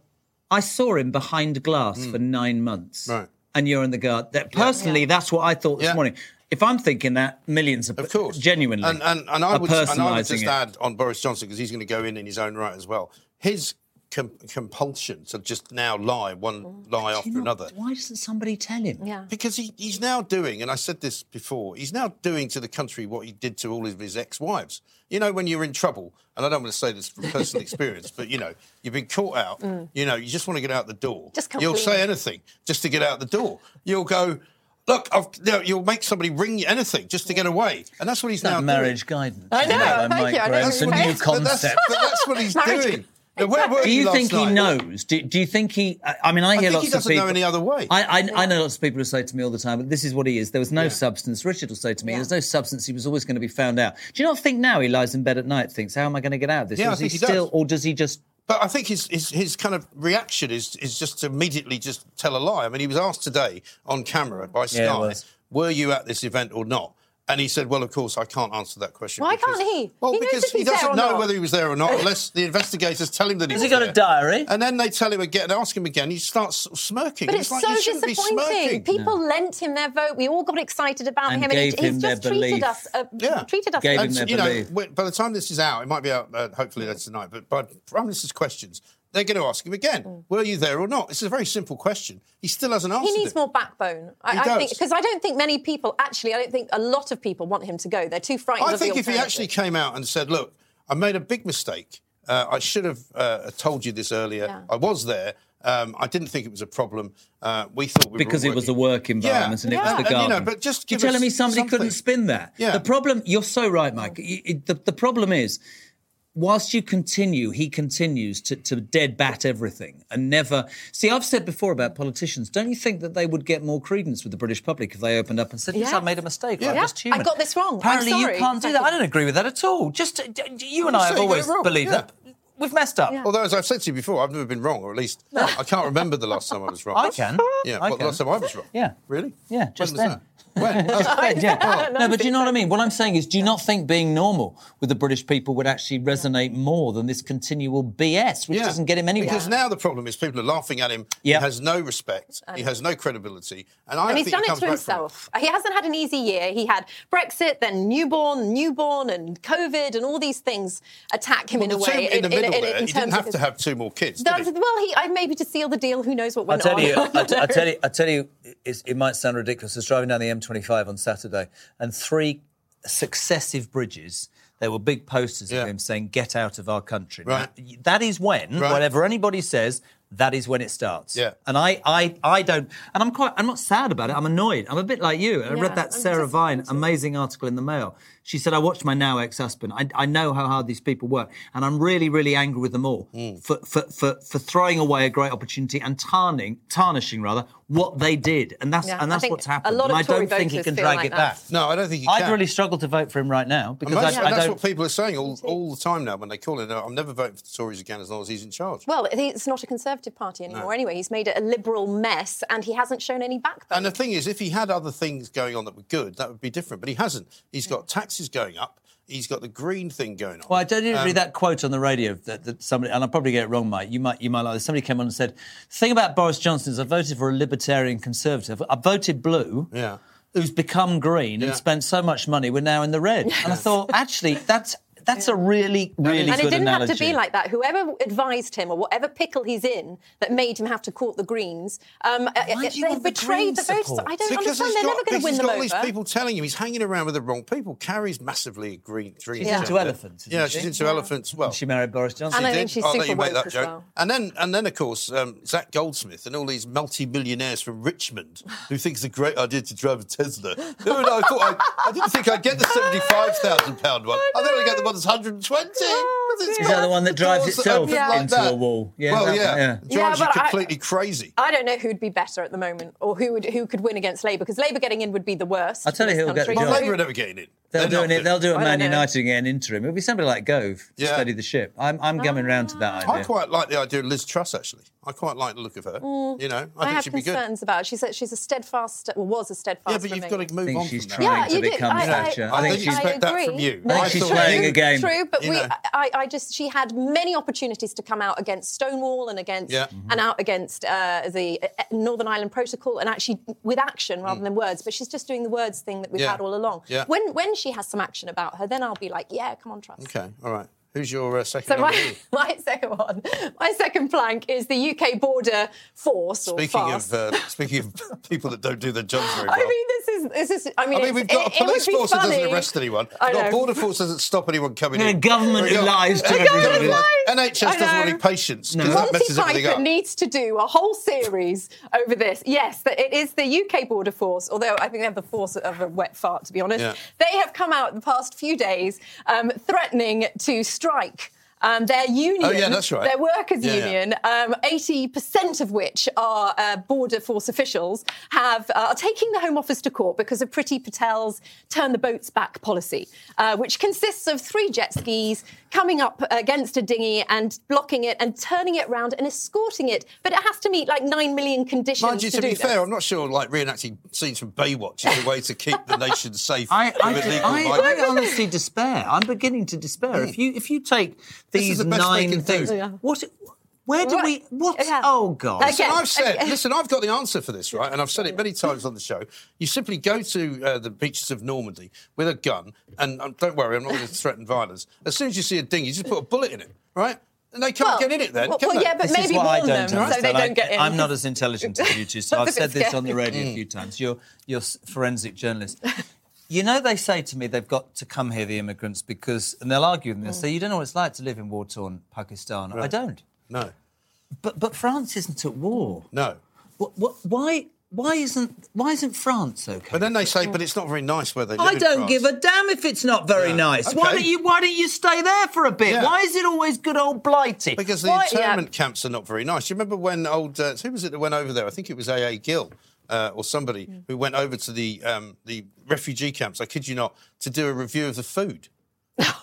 S5: i saw him behind glass for nine months
S2: Right.
S5: and you're in the guard that personally that's what i thought this
S2: Yeah.
S5: morning if i'm thinking that millions of,
S2: Of course,
S5: genuinely
S2: and and, and I
S5: are
S2: would and I would
S5: personalising
S2: just
S5: it.
S2: add on Boris Johnson because he's going to go in in his own right as well. His com- compulsion to just now lie
S4: Oh,
S2: one lie
S5: Do
S2: after
S5: you know,
S2: another
S5: why doesn't somebody tell him
S4: yeah.
S2: because he, he's now doing, and I said this before, he's now doing to the country what he did to all of his ex-wives. You know, when you're in trouble, and I don't want to say this from personal experience, but you know, you've been caught out. You know, you just want to get out the door.
S4: Mm. Just
S2: You'll say
S4: completely.
S2: anything just to get out the door. You'll go. Look, I've, you know, you'll make somebody ring you anything just to get away, and that's what he's now
S5: that
S2: doing.
S5: marriage guidance
S4: I
S5: you
S4: know,
S5: by
S4: thank
S5: Mike
S4: you, I
S5: Graham.
S4: know.
S5: it's a
S4: That's-
S5: new
S4: but
S2: But that's,
S5: concept
S2: but that's what he's
S4: [LAUGHS] Marriage-
S2: doing. Now, where were
S5: Do you
S2: last
S5: think he
S2: night?
S5: knows? Do, do you think he? I, I mean, I,
S2: I
S5: hear
S2: think
S5: lots
S2: he
S5: of
S2: doesn't
S5: people.
S2: know any other way.
S5: I, I, I know lots of people who say to me all the time, but this is what he is. There was no substance. Richard will say to me,
S4: Yeah.
S5: "There's no substance. He was always going to be found out." Do you not think now he lies in bed at night, thinks, "How am I going to get out of this?"
S2: Yeah,
S5: or
S2: I
S5: is
S2: think
S5: he
S2: he does.
S5: still, or does he just?
S2: But I think his, his his kind of reaction is is just to immediately just tell a lie. I mean, he was asked today on camera by Sky,
S5: was.
S2: "Were you at this event or not?" And he said, "Well, of course, I can't answer that question."
S4: Why
S2: because-
S4: can't he?
S2: Well,
S4: He knows
S2: because
S4: if
S2: he
S4: he's there
S2: doesn't
S4: or
S2: know
S4: not.
S2: whether he was there or not, unless the investigators tell him that he
S5: Has
S2: was
S5: he got a
S2: there.
S5: diary?
S2: And then they tell him again, ask him again. He starts smirking.
S4: But it's,
S2: like, you
S4: so
S2: shouldn't be
S4: disappointing.
S2: smirking.
S4: People lent him their vote. We all got excited about
S5: And
S4: him,
S5: gave
S4: and he-
S5: him
S4: he's
S5: their
S4: just treated
S5: belief.
S4: us, uh,
S2: Yeah.
S4: treated us.
S5: Gave him
S2: And,
S5: their
S2: you know,
S5: belief.
S2: when- by the time this is out, it might be out uh, hopefully later tonight. But by Prime Minister's questions, they're going to ask him again: Were you there or not? It's a very simple question. He still hasn't answered.
S4: Mm. He needs
S2: it.
S4: more backbone. I,
S2: He
S4: I think
S2: does.
S4: because I don't think many people actually. I don't think a lot of people want him to go. They're too frightened.
S2: I
S4: of the
S2: think if he
S4: alternative.
S2: actually came out and said, "Look, I made a big mistake. Uh, I should have uh, told you this earlier. I was there. Um, I didn't think it was a problem. Uh, we thought we
S5: because
S2: were
S5: it
S2: all
S5: was a
S2: working-
S5: work environment and it was
S4: Yeah.
S5: the
S2: And,
S5: garden.
S2: you know, but just
S5: you're
S2: give us
S5: telling me somebody couldn't
S2: something.
S5: spin that.
S2: Yeah.
S5: The problem. You're so right, Mike. You- it- the, the problem is, whilst you continue, he continues to, to dead bat everything and never. See, I've said before about politicians. Don't you think that they would get more credence with the British public if they opened up and said, "Yes,
S4: Yeah.
S5: I made a mistake. I'm
S4: Yeah.
S5: just human."
S4: I got this wrong. I'm
S5: Apparently,
S4: sorry.
S5: you can't do that. I don't agree with that at all. Just uh, you and
S2: You say
S5: I have
S2: you got it
S5: always
S2: wrong,
S5: believed
S2: yeah.
S5: that we've messed up.
S2: Although, as I've said to you before, I've never been wrong, or at
S4: [LAUGHS]
S2: least I can't remember the last time I was wrong.
S5: I can.
S2: Yeah, well,
S5: I
S2: the
S5: can.
S2: last time I was wrong.
S5: Yeah.
S2: Really?
S5: Yeah,
S2: When
S5: just
S2: was
S5: then.
S2: that?
S5: [LAUGHS]
S2: When? Oh. [LAUGHS]
S5: yeah. No, but do you know what I mean? What I'm saying is, do you not think being normal with the British people would actually resonate more than this continual BS, which
S2: Yeah.
S5: doesn't get him anywhere?
S2: Because now the problem is people are laughing at him.
S5: Yeah.
S2: He has no respect. He has no credibility. And, I
S4: And
S2: don't
S4: he's
S2: think
S4: done
S2: he
S4: it
S2: comes
S4: to
S2: back from
S4: himself. He hasn't had an easy year. He had Brexit, then newborn, newborn, and COVID, and all these things attack him in a
S2: Well, the
S4: way.
S2: two in the middle
S4: in
S2: there, he didn't
S4: terms of
S2: have
S4: his-
S2: to have two more kids. Did
S4: That's-
S2: he?
S4: well, he, I, maybe to seal the deal. Who knows what
S5: I
S4: went
S5: tell
S4: on?
S5: you, I,
S2: [LAUGHS]
S5: t- I tell you, I tell you, it's, it might sound ridiculous. I was driving down the M25 on Saturday, and three successive bridges. There were big posters
S2: Yeah.
S5: of him saying "Get out of our country."
S2: Right.
S5: Now, that is when,
S2: Right.
S5: whatever anybody says, that is when it starts.
S2: Yeah.
S5: And I, I, I don't, and I'm quite, I'm not sad about it. I'm annoyed. I'm a bit like you. I
S4: Yeah,
S5: read
S4: I'm
S5: that Sarah
S4: just-
S5: Vine amazing article in the Mail. She said, I watched my now ex husband. I, I know how hard these people work. And I'm really, really angry with them all
S2: Hmm.
S5: for, for, for, for throwing away a great opportunity and tarning, tarnishing, rather, what they did. And that's,
S4: Yeah,
S5: and
S4: I
S5: that's
S4: think
S5: what's happened.
S4: a lot of
S5: and I
S4: Tory
S5: don't think he
S4: voters
S5: can
S4: feel
S5: drag
S4: like
S5: it
S4: that.
S5: back.
S2: No, I don't think he
S5: I'd
S2: can.
S5: really struggle to vote for him right now because
S2: Most-
S5: I, I
S2: that's
S5: don't.
S2: what people are saying all, all the time now when they call in. I'm never voting for the Tories again as long as he's in charge.
S4: [LAUGHS] well, it's not a Conservative party anymore. Anyway, he's made it a liberal mess, and he hasn't shown any backbone.
S2: and the thing is, if he had other things going on that were good, that would be different. But he hasn't. He's got taxes going up. He's got the green thing going on.
S5: Well, I did read
S2: Um,
S5: that quote on the radio that, that somebody, and I'll probably get it wrong, Mike. You might, you might like this. Somebody came on and said, "The thing about Boris Johnson is I voted for a libertarian conservative. I voted blue,
S2: Yeah.
S5: who's become green
S2: Yeah.
S5: and spent so much money. We're now in the red." And I thought, actually, that's That's a really, really
S4: [LAUGHS] and
S5: good
S4: it didn't
S5: analogy.
S4: have to be like that. Whoever advised him, or whatever pickle he's in, that made him have to court the Greens, um, uh,
S5: do
S4: uh,
S5: you
S4: they
S5: want the
S4: betrayed
S5: Greens
S4: the voters.
S5: support?
S4: I don't
S2: Because
S4: understand.
S2: he's
S4: They're
S2: got,
S4: never going
S2: because
S4: to win
S2: he's
S4: them
S2: got
S4: over.
S2: all these people telling him he's hanging around with the wrong people. Carrie's massively green. green
S5: She's into elephants, isn't
S2: Yeah,
S5: she?
S2: she's into elephants. Well,
S5: She married Boris Johnson.
S4: And I
S2: did. Oh,
S4: think she's
S2: I'll
S4: super
S2: let you make
S4: woke
S2: that
S4: as
S2: joke.
S4: well.
S2: And then, and then, of course, um, Zach Goldsmith and all these multi-millionaires from Richmond who think it's a great idea to drive a Tesla. [LAUGHS] No, no, I thought I, I didn't think I'd get the seventy-five thousand pound one. I thought I'd get the one that's hundred and twenty.
S4: Oh,
S5: Is that the one that drives itself into a wall? Yeah,
S2: Yeah, um, well,
S5: that-
S2: yeah,
S5: yeah.
S2: drives
S4: Yeah,
S2: you
S4: but I-
S2: completely crazy.
S4: I don't know who'd be better at the moment, or who would who could win against Labour, because Labour getting in would be the worst.
S5: I'll tell
S4: for
S5: you
S4: this
S5: who'll get
S4: country.
S5: the
S2: Well,
S5: job.
S2: Labour are never getting it.
S5: They'll
S2: They're
S5: do,
S2: not
S5: an, they'll do a
S4: I don't
S5: Man
S4: know.
S5: United again interim. It'll be somebody like Gove,
S2: Yeah.
S5: steady the ship. I'm, I'm coming round to
S2: I
S5: that
S4: Ah.
S5: idea.
S2: quite like the idea of Liz Truss, actually. I quite like the look of her. You know, I,
S4: Mm. I
S2: think
S4: have
S2: she'd be good.
S4: concerns about. She said she's a steadfast, well, was a steadfast.
S2: Yeah, but you've
S4: Remainer.
S2: got to move
S5: I think
S2: on
S5: she's
S2: from that.
S5: trying
S4: Yeah,
S5: to
S4: you did.
S5: become
S4: I- I-
S5: Thatcher.
S2: I
S5: I
S2: think you
S5: think she's
S4: I
S2: expect that
S4: agree.
S2: from you.
S5: I think she's playing a game.
S4: True, but
S2: You
S4: we,
S2: know.
S4: I, I just, she had many opportunities to come out against Stonewall and against
S2: Yeah.
S5: Mm-hmm.
S4: and out against uh, the uh, Northern Ireland Protocol, and actually with action rather than words. But she's just doing the words thing that we've
S2: Mm. Yeah.
S4: had all along.
S2: Yeah.
S4: When when she has some action about her, then I'll be like, yeah, come on, trust.
S2: Okay, all right. Who's your uh, second?
S4: So my, [LAUGHS]
S2: nominee?
S4: my second one, my second plank is the UK border force or
S2: Speaking
S4: FARS.
S2: of uh, speaking of [LAUGHS] people that don't do their jobs very well.
S4: [LAUGHS] I mean, this is this is. I
S2: I
S4: mean,
S2: mean,
S4: it's-
S2: we've got
S4: it-
S2: a
S4: it would
S2: police
S4: be
S2: force that doesn't
S4: funny.
S2: arrest anyone. We've
S4: I
S2: got a
S4: know.
S2: border force that doesn't stop anyone coming
S5: And
S2: in.
S5: a government
S2: We've got- [LAUGHS]
S5: lies to
S2: The government
S5: everybody.
S2: lies.
S4: I know.
S2: NHS doesn't want any patients because that
S4: Monty
S2: messes everything
S4: Python
S2: up.
S4: needs to do a whole series over this. Yes, that it is the UK border force, although I think they have the force of a wet fart, to be honest.
S2: Yeah.
S4: They have come out the past few days um, threatening to strike. Um, their union,
S2: Oh, yeah, that's right.
S4: their workers'
S2: Yeah, yeah.
S4: union, um, 80% of which are uh, border force officials, have uh, are taking the Home Office to court because of Priti Patel's turn the boats back policy, uh, which consists of three jet skis coming up against a dinghy and blocking it and turning it round and escorting it. But it has to meet like 9 million conditions.
S2: Mind you, to
S4: do
S2: be
S4: this.
S2: fair, I'm not sure like reenacting scenes from Baywatch is a way to keep the nation safe.
S5: I, I,
S2: with legal
S5: I,
S2: migrants.
S5: I honestly despair. I'm beginning to despair. If you if you take
S2: is
S5: these
S2: the best they can
S5: nine
S2: do.
S5: things,
S2: Yeah.
S5: what? Where
S4: Oh,
S5: do
S4: Right.
S5: we? What?
S4: Yeah.
S5: Oh God!
S4: Like,
S2: Listen,
S4: Again,
S2: I've said,
S4: again.
S2: listen, I've got the answer for this, right? And I've said it many times on the show. You simply go to uh, the beaches of Normandy with a gun, and um, don't worry, I'm not going to threaten violence. As soon as you see a dinghy, you just put a bullet in it, right? And they can't
S4: Well,
S2: get in it then,
S4: well,
S2: can
S4: well,
S2: they?
S4: yeah, but
S5: This
S4: maybe
S5: is what I
S4: warn
S5: don't
S4: them so they
S5: understand.
S4: don't get in.
S5: I, am not as intelligent as you two,
S4: [LAUGHS]
S5: so
S4: That's
S5: I've
S4: a bit
S5: said this on the
S4: scary.
S5: radio a few times. You're you're s- forensic journalist. You know they say to me they've got to come here the immigrants because, and they'll argue with me. They'll
S4: Mm.
S5: say you don't know what it's like to live in war-torn Pakistan. I don't.
S2: No,
S5: But but France isn't at war.
S2: no.
S5: What, what, why why isn't why isn't France okay?
S2: But then they say, but it's not very nice where they live
S5: I
S2: in
S5: don't
S2: France.
S5: give a damn if it's not very
S2: Yeah.
S5: nice.
S2: Okay.
S5: Why don't you Why don't you stay there for a bit?
S2: Yeah.
S5: Why is it always good old blighty?
S2: Because the
S5: Why-
S2: internment camps are not very nice. You remember when old uh, who was it that went over there? I think it was AA Gill uh, or somebody who went over to the um, the refugee camps. I kid you not, to do a review of the food.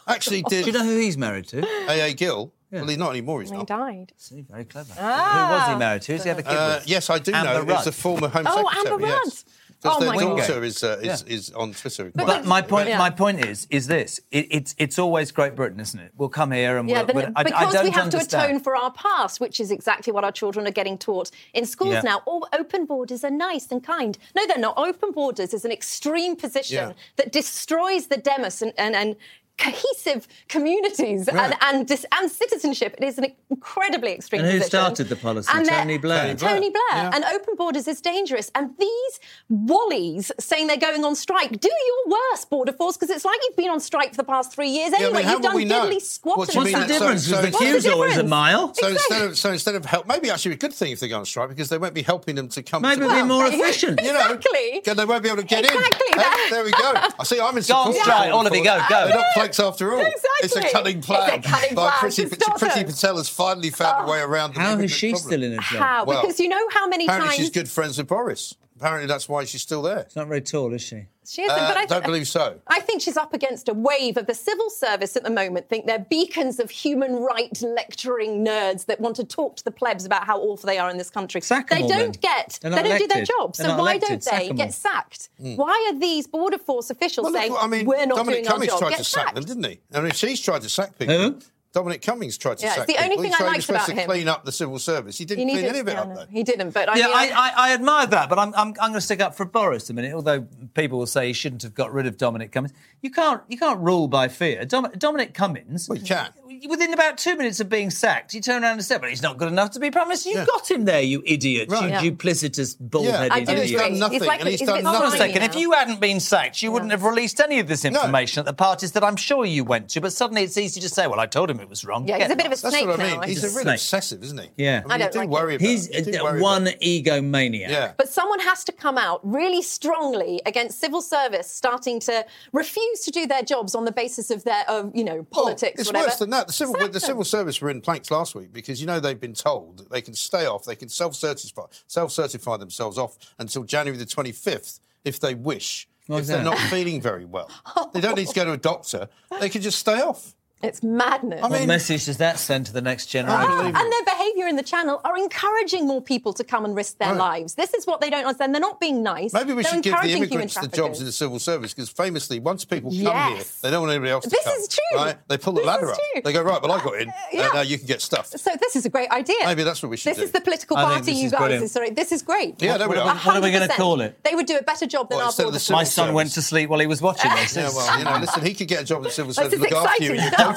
S2: Actually, did
S5: Do you know who he's married to?
S2: AA Gill? Well, he's not anymore. He's
S4: They
S2: not.
S4: died.
S5: See, very clever. Who was he married to? Does he have a kid
S2: Uh,
S5: with?
S2: yes, I do
S5: Amber
S2: know. It was
S5: Rudd.
S2: the former Home
S4: Oh,
S2: Secretary.
S4: Amber Rudd.
S2: yes.
S4: Oh,
S2: Because their
S4: my God.
S2: daughter is, uh, is,
S5: Yeah.
S2: is on Twitter.
S5: But my point,
S4: Yeah.
S5: my point is, is this: it, it's it's always Great Britain, isn't it? We'll come here and
S4: Yeah,
S5: we'll,
S4: the,
S5: we'll- I,
S4: because
S5: I don't
S4: we have
S5: understand.
S4: to atone for our past, which is exactly what our children are getting taught in schools
S5: Yeah.
S4: now. All open borders are nice and kind. No, they're not. Open borders is an extreme position
S2: Yeah.
S4: that destroys the demos and. and, and Cohesive communities and and, dis- and citizenship. It is an incredibly extreme.
S5: And who
S4: position.
S5: started the policy?
S4: they're-
S5: Tony
S2: Tony
S5: Blair.
S2: Blair.
S4: Tony Blair.
S2: Yeah.
S4: And open borders is dangerous. And these wallies saying they're going on strike. Do your worst, border force, because it's like you've been on strike for the past three years
S2: I mean,
S4: anyway.
S2: how
S4: You've
S2: will
S4: done
S2: we know?
S4: diddly squat.
S2: What do you
S4: and
S5: What's
S2: mean
S4: stuff.
S5: the
S2: that?
S5: difference?
S2: So-
S5: Because
S2: so-
S5: the queue's always a
S4: difference?
S5: mile.
S2: So
S4: Exactly.
S2: instead of so instead of help, maybe actually a good thing if they go on strike because they won't be helping them to come.
S5: Maybe
S2: to
S5: it'll be
S2: work.
S4: [LAUGHS]
S5: more
S4: Well, yeah.
S5: efficient.
S2: You know,
S4: Exactly.
S2: and they won't be able to get
S4: Exactly
S2: in. Hey,
S4: that.
S2: there we go. I see. I'm in
S5: Go on
S2: support.
S5: strike, all of you, go, go.
S2: They're not flakes after all. It's a
S4: Exactly.
S2: cunning
S4: It's
S2: plan
S4: a cunning
S2: by
S4: plan
S2: Pretty,
S4: to stop
S2: Pretty
S4: us.
S2: Patel has finally found a
S4: Ah.
S2: way around. The
S5: How is
S2: immigrant
S5: she
S2: problem.
S5: still in a job?
S4: How?
S2: Well,
S4: because you know how many
S2: Apparently,
S4: times
S2: she's good friends with Boris. Apparently, that's why she's still there.
S5: Not very tall, is she?
S4: she is.
S2: Uh,
S4: but I
S2: don't believe so.
S4: I think she's up against a wave of the civil service at the moment. Think they're beacons of human rights lecturing nerds that want to talk to the plebs about how awful they are in this country.
S5: Sack 'em
S4: they
S5: all
S4: don't
S5: then.
S4: get. They
S5: They're
S4: don't
S5: not
S4: do their
S5: elected.
S4: job.
S5: They're
S4: So
S5: not
S4: why
S5: elected.
S4: don't
S5: Sack
S4: they
S5: 'em all.
S4: get sacked? Why are these border force officials
S2: Hmm. Well,
S4: saying
S2: look, I mean,
S4: we're not
S2: Dominic
S4: doing
S2: Cummings
S4: our job?
S2: tried
S4: Get
S2: to sack
S4: sacked.
S2: them, didn't he? I mean, she's tried to sack people.
S5: Who?
S2: Dominic Cummings tried to
S4: Yeah, it's
S2: sack
S4: the only
S2: people.
S4: thing
S2: he
S4: I
S2: tried- he
S4: liked
S2: was supposed
S4: about
S2: to
S4: him.
S2: clean up the civil service. He didn't
S4: He
S2: clean
S4: needed-
S2: any of it
S4: yeah,
S2: up,
S4: no,
S2: though.
S4: He didn't, but I
S5: Yeah,
S4: mean,
S5: I, I, I admire that, but I'm, I'm, I'm going to stick up for Boris a minute. Although people will say he shouldn't have got rid of Dominic Cummings, you can't you can't rule by fear. Dom, Dominic Cummings,
S2: Well, you can.
S5: within about two minutes of being sacked, you turn around and say, "But he's not good enough to be prime minister." You
S2: Yeah.
S5: got him there, you idiot,
S2: Right.
S5: you
S2: Yeah.
S5: duplicitous,
S4: I
S5: bald-headed
S4: do
S2: And he's
S4: agree.
S5: idiot.
S2: done nothing,
S4: He's like,
S2: and he's
S4: he's a bit
S2: done
S5: Hold on a
S2: nothing.
S5: second.
S4: now.
S5: If you hadn't been sacked, you wouldn't have released any of this information at the parties that I'm sure you went to. But suddenly it's easy to say, "Well, I told him it was wrong."
S4: yeah,
S5: Get
S4: he's a bit of a
S5: lost.
S2: That's
S4: snake
S2: what I
S4: now.
S2: mean.
S4: I
S2: He's
S4: think.
S2: a real
S5: Snake.
S2: obsessive, isn't he?
S5: Yeah.
S2: I mean,
S4: I
S2: you
S4: don't
S2: do
S4: like
S2: worry
S4: him.
S2: about
S5: He's
S2: him. You do
S5: uh,
S2: worry
S5: one
S2: About him.
S5: egomaniac.
S2: Yeah.
S4: But someone has to come out really strongly against civil service starting to refuse to do their jobs on the basis of their, of, you know,
S2: Well,
S4: politics.
S2: it's
S4: whatever.
S2: worse than that. The civil,
S4: Sack
S2: the
S4: them.
S2: civil service were in planks last week because you know they've been told that they can stay off, they can self-certify, self-certify themselves off until January the 25th if they wish. if they're
S5: that?
S2: not feeling very
S4: [LAUGHS]
S2: well, they don't need to go to a doctor. They can just stay off.
S4: It's madness.
S2: I mean,
S5: What message does that send to the next generation?
S4: and their behaviour in the channel are encouraging more people to come and risk their lives. This is what they don't understand. They're not being nice.
S2: Maybe we
S4: They're
S2: should give the
S4: encouraging human
S2: immigrants the jobs in
S4: traffickers.
S2: the civil service because famously, once people come here,
S4: Yes.
S2: they don't want anybody else to
S4: This
S2: come.
S4: is true.
S2: Right? They pull the
S4: This
S2: ladder
S4: is
S2: up.
S4: true. Uh,
S2: They go, right, well, I got in.
S4: yeah.
S2: And now you can get stuff.
S4: So this is a great idea.
S2: Maybe that's what we should
S4: This
S2: do.
S4: is the political
S5: I think
S4: party
S5: this
S4: you
S5: is
S4: guys.
S5: brilliant.
S4: Is, sorry, this is great.
S2: Yeah, there we
S5: What-
S2: are.
S5: what are we gonna
S4: 100%.
S5: call it?
S4: They would do a better job than
S2: Well,
S4: our
S2: instead of
S4: board.
S2: the
S5: My
S2: civil
S5: son went to
S2: service.
S5: sleep while he was watching this.
S2: Yeah, well, you know, listen, he could get a job
S4: [LAUGHS]
S2: in the civil service,
S4: is
S2: look after you in your
S4: exciting
S2: dotage.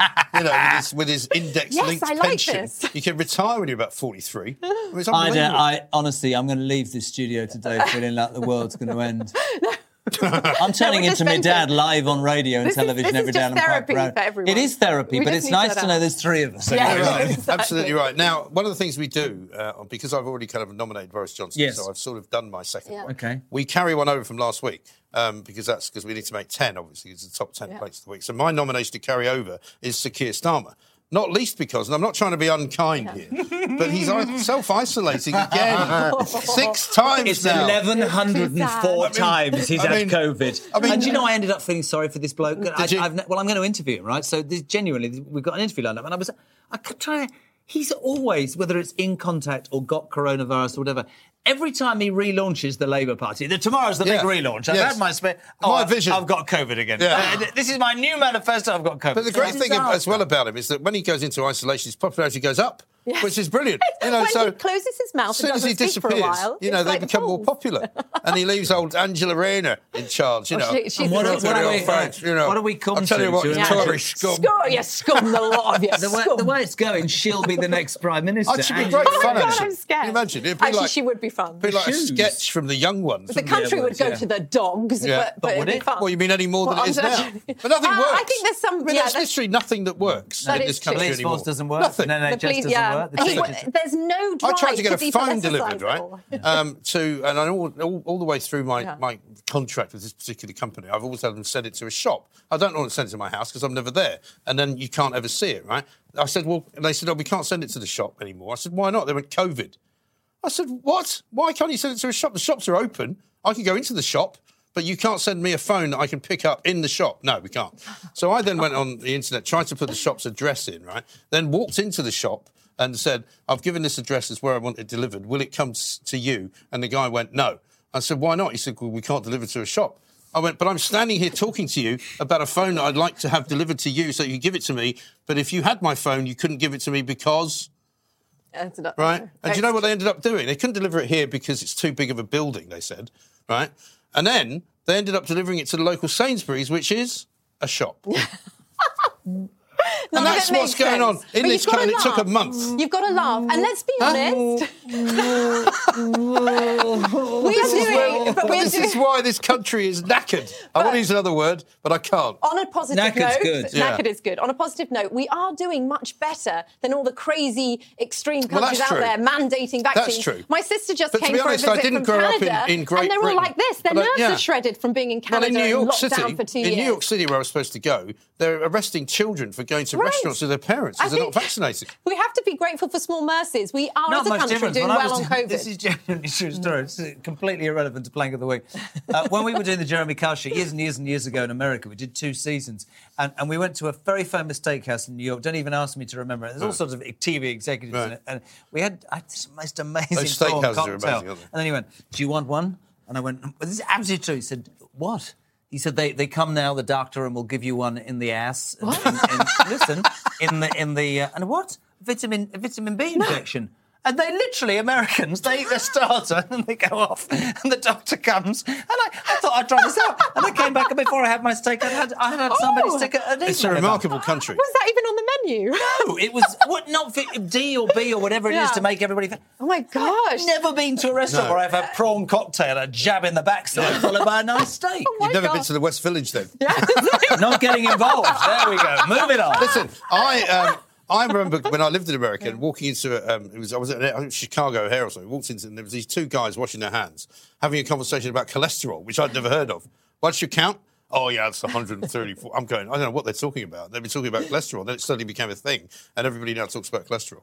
S2: [LAUGHS] you know, with his, with his index linked
S4: [LAUGHS] Yes, I like
S2: pension.
S4: this.
S2: You can retire when you're about 43. I mean, it's
S5: [LAUGHS] I, don't,
S2: unbelievable.
S5: I honestly, I'm going to leave this studio today feeling like the world's going
S2: [LAUGHS]
S5: to end. I'm turning
S4: we're just
S5: into my
S4: venting.
S5: dad live on radio and
S4: This is-
S5: television
S4: this is
S5: every day.
S4: just
S5: and I'm quite
S4: therapy
S5: proud.
S4: for everyone.
S5: It is therapy,
S4: We
S5: but
S4: just
S5: it's
S4: need to
S5: nice
S4: let
S5: to
S4: out.
S5: know there's three of us.
S4: Yeah.
S2: You're right.
S4: [LAUGHS]
S2: [LAUGHS]
S4: Exactly.
S2: Absolutely right. Now, one of the things we do, uh, because I've already kind of nominated Boris Johnson,
S5: Yes.
S2: so I've sort of done my second one.
S5: Okay.
S2: We carry one over from last week um, because that's because we need to make 10, obviously, it's the top 10 plates of the week. So my nomination to carry over is Sir Keir Starmer. Not least because, and I'm not trying to be unkind here, but he's self isolating again six times
S5: It's
S2: now.
S5: 1,104
S2: It's too sad.
S5: times he's
S2: I mean-
S5: had COVID.
S2: I mean-
S5: and do you know, I ended up feeling sorry for this bloke. I,
S2: you?
S5: I've, ne- well, I'm going to interview him, right? So this, genuinely, we've got an interview lined up, and I was, I kept trying to. He's always, whether it's in contact or got coronavirus or whatever. Every time he relaunches the Labour Party, the, tomorrow's the
S2: Yeah.
S5: big relaunch. I've
S2: Yes.
S5: had my spare.
S2: My
S5: I've-
S2: vision.
S5: I've got COVID again.
S2: Yeah.
S5: Uh, this is my new manifesto. I've got COVID.
S2: But the great thing
S5: Disaster.
S2: as well about him is that when he goes into isolation, his popularity goes up, which is
S4: [LAUGHS]
S2: brilliant. You know,
S4: When
S2: so
S4: he closes his mouth
S2: as soon
S4: and
S2: as he
S4: doesn't speak for a
S2: disappears,
S4: while,
S2: you know,
S4: it's
S2: they
S4: like,
S2: become more
S4: oh. [LAUGHS]
S2: popular, and he leaves old Angela Rayner in charge. You know,
S4: Oh, she- she's
S2: You
S4: what
S2: know,
S4: are-
S2: it's
S4: what
S2: very
S4: are
S2: old
S4: we-
S2: folks, you know.
S5: what are we come
S2: I'm telling
S5: to,
S2: you what,
S5: do you
S2: the
S5: imagine?
S2: Tory scum.
S4: Score, you scum, the lot of you
S5: [LAUGHS] The way,
S4: scum.
S5: the way it's going, she'll be the next prime minister.
S2: I'd should be
S5: And-
S2: great
S4: Oh
S2: fun.
S4: my God,
S2: actually.
S4: I'm scared.
S2: Can you imagine? It'd be
S4: Actually,
S2: like,
S4: she would be fun.
S2: Be like
S5: Shoes.
S2: a sketch from the young ones.
S4: The
S2: wouldn't it?
S4: country
S5: Yeah,
S4: would
S5: but,
S4: go
S5: yeah.
S4: to the dogs,
S2: Yeah.
S4: but,
S2: But
S4: but
S5: would
S4: it'd
S5: it?
S4: be fun.
S2: Well, you mean any more than
S4: Well,
S2: it is
S4: I'm
S2: now?
S4: not-
S2: But nothing
S4: [LAUGHS] Uh, I
S2: works.
S4: think there's some-
S2: I mean,
S4: yeah,
S2: there's
S4: that's-
S2: literally nothing that works
S4: That
S2: in
S4: is
S2: this
S4: true.
S2: country
S5: Police
S2: anymore.
S5: force doesn't work.
S2: Nothing.
S5: The NHS
S4: The police,
S5: doesn't
S4: yeah.
S5: work. The
S4: And he
S5: teachers-
S4: w- there's no
S2: I
S4: drive
S2: tried to get a
S4: be
S2: phone delivered, right?
S4: politicizable. [LAUGHS]
S2: Um, to and I all, all, all the way through my,
S4: Yeah.
S2: my contract with this particular company, I've always had them send it to a shop. I don't want to send it to my house because I'm never there, and then you can't ever see it, right? I said, well, and they said, oh, we can't send it to the shop anymore. I said, why not? They went COVID. I said, what? Why can't you send it to a shop? The shops are open. I can go into the shop. But you can't send me a phone that I can pick up in the shop. No, we can't. So I then went on the internet, tried to put the shop's address in, right? Then walked into the shop and said, I've given this address as where I want it delivered. Will it come s- to you? And the guy went, No. I said, Why not? He said, Well, we can't deliver to a shop. I went, But I'm standing here talking to you about a phone that I'd like to have delivered to you so you give it to me. But if you had my phone, you couldn't give it to me because.
S4: That's not-
S2: Right. And do you know what they ended up doing? They couldn't deliver it here because it's too big of a building, they said. Right. And then they ended up delivering it to the local Sainsbury's, which is a
S4: [LAUGHS]
S2: shop.
S4: None
S2: and
S4: of it
S2: that's what's
S4: makes
S2: going on
S4: sense.
S2: in
S4: But
S2: this
S4: you've gotta
S2: country. It took a
S4: laugh.
S2: month.
S4: You've got to laugh. And let's be honest,
S2: [LAUGHS]
S4: we are doing, but we're
S2: This is
S4: doing,
S2: why this country is knackered. I want to use another word, but I can't.
S4: on a positive
S5: Knackered's
S4: note,
S5: good,
S2: yeah.
S4: knackered is good. On a positive note, we are doing much better than all the crazy extreme
S2: Well,
S4: countries
S2: that's
S4: out
S2: true.
S4: there mandating vaccines.
S2: true.
S4: My sister just
S2: But to
S4: came
S2: be
S4: for
S2: honest,
S4: a
S2: I
S4: visit
S2: didn't
S4: from
S2: grow up in-
S4: Canada,
S2: in Great
S4: and they're all
S2: Britain.
S4: like this. Their
S2: But I-
S4: nerves
S2: yeah.
S4: are shredded from being in
S2: Well,
S4: Canada
S2: in New
S4: and
S2: York
S4: locked
S2: City,
S4: down for two
S2: in
S4: years.
S2: New York City, where I was supposed to go, they're arresting children for going to
S4: Right.
S2: restaurants with their parents
S4: I
S2: because they're not
S4: think [LAUGHS]
S2: vaccinated.
S4: We have to be grateful for small mercies. We are,
S5: Not
S4: as Oh, a
S5: much
S4: country,
S5: difference.
S4: doing
S5: When I
S4: well on
S5: was-
S4: COVID.
S5: [LAUGHS]
S4: Mm.
S5: This is genuinely true story. It's completely irrelevant to Plank of the Week. Uh, when we were doing the Jeremy Kyle show years and years and years ago in America, we did two seasons, and, and we went to a very famous steakhouse in New York. Don't even ask me to remember it. There's all sorts of TV executives
S2: Mm.
S5: in
S2: Right.
S5: it, and we had I had this most amazing
S2: Those
S5: prawn
S2: steakhouses are
S5: cocktail.
S2: amazing, aren't they?
S5: and then he went, "Do you want one?" And I went, "This is absolutely true." He said, "What?" He said they, they come now, the doctor, and will give you one in the ass. And, and- and- listen, in the in the uh, and what vitamin a vitamin B injection. And they literally Americans. They eat their starter and they go off, and the doctor comes. And I, I thought I'd try this out. And I came back, and before I had my steak, I had I had somebody
S4: Oh.
S5: stick a, an
S2: It's a
S5: needle in my mouth.
S2: remarkable
S4: [GASPS]
S2: country.
S4: [LAUGHS] Was that even on the [LAUGHS] menu? Oh
S5: No, it was what not fit, D or B or whatever it
S4: Yeah.
S5: is to make everybody. Think.
S4: Oh my gosh.
S5: I've never been to a restaurant
S2: No.
S5: where I've had prawn cocktail, a jab in the backside, followed by a nice
S4: [LAUGHS]
S5: steak.
S4: my
S2: You've never been
S4: God.
S2: to the West Village then.
S4: [LAUGHS]
S5: not getting involved. There we go. Moving on.
S2: Listen, I um, I remember when I lived in America and walking into a, um, it was I was at I think Chicago Hair or something. Walked into and there was these two guys washing their hands, having a conversation about cholesterol, which I'd never heard of. Once you count, oh yeah, it's 134. I'm going. I don't know what they're talking about. They've been talking about cholesterol. Then it suddenly became a thing, and everybody now talks about cholesterol.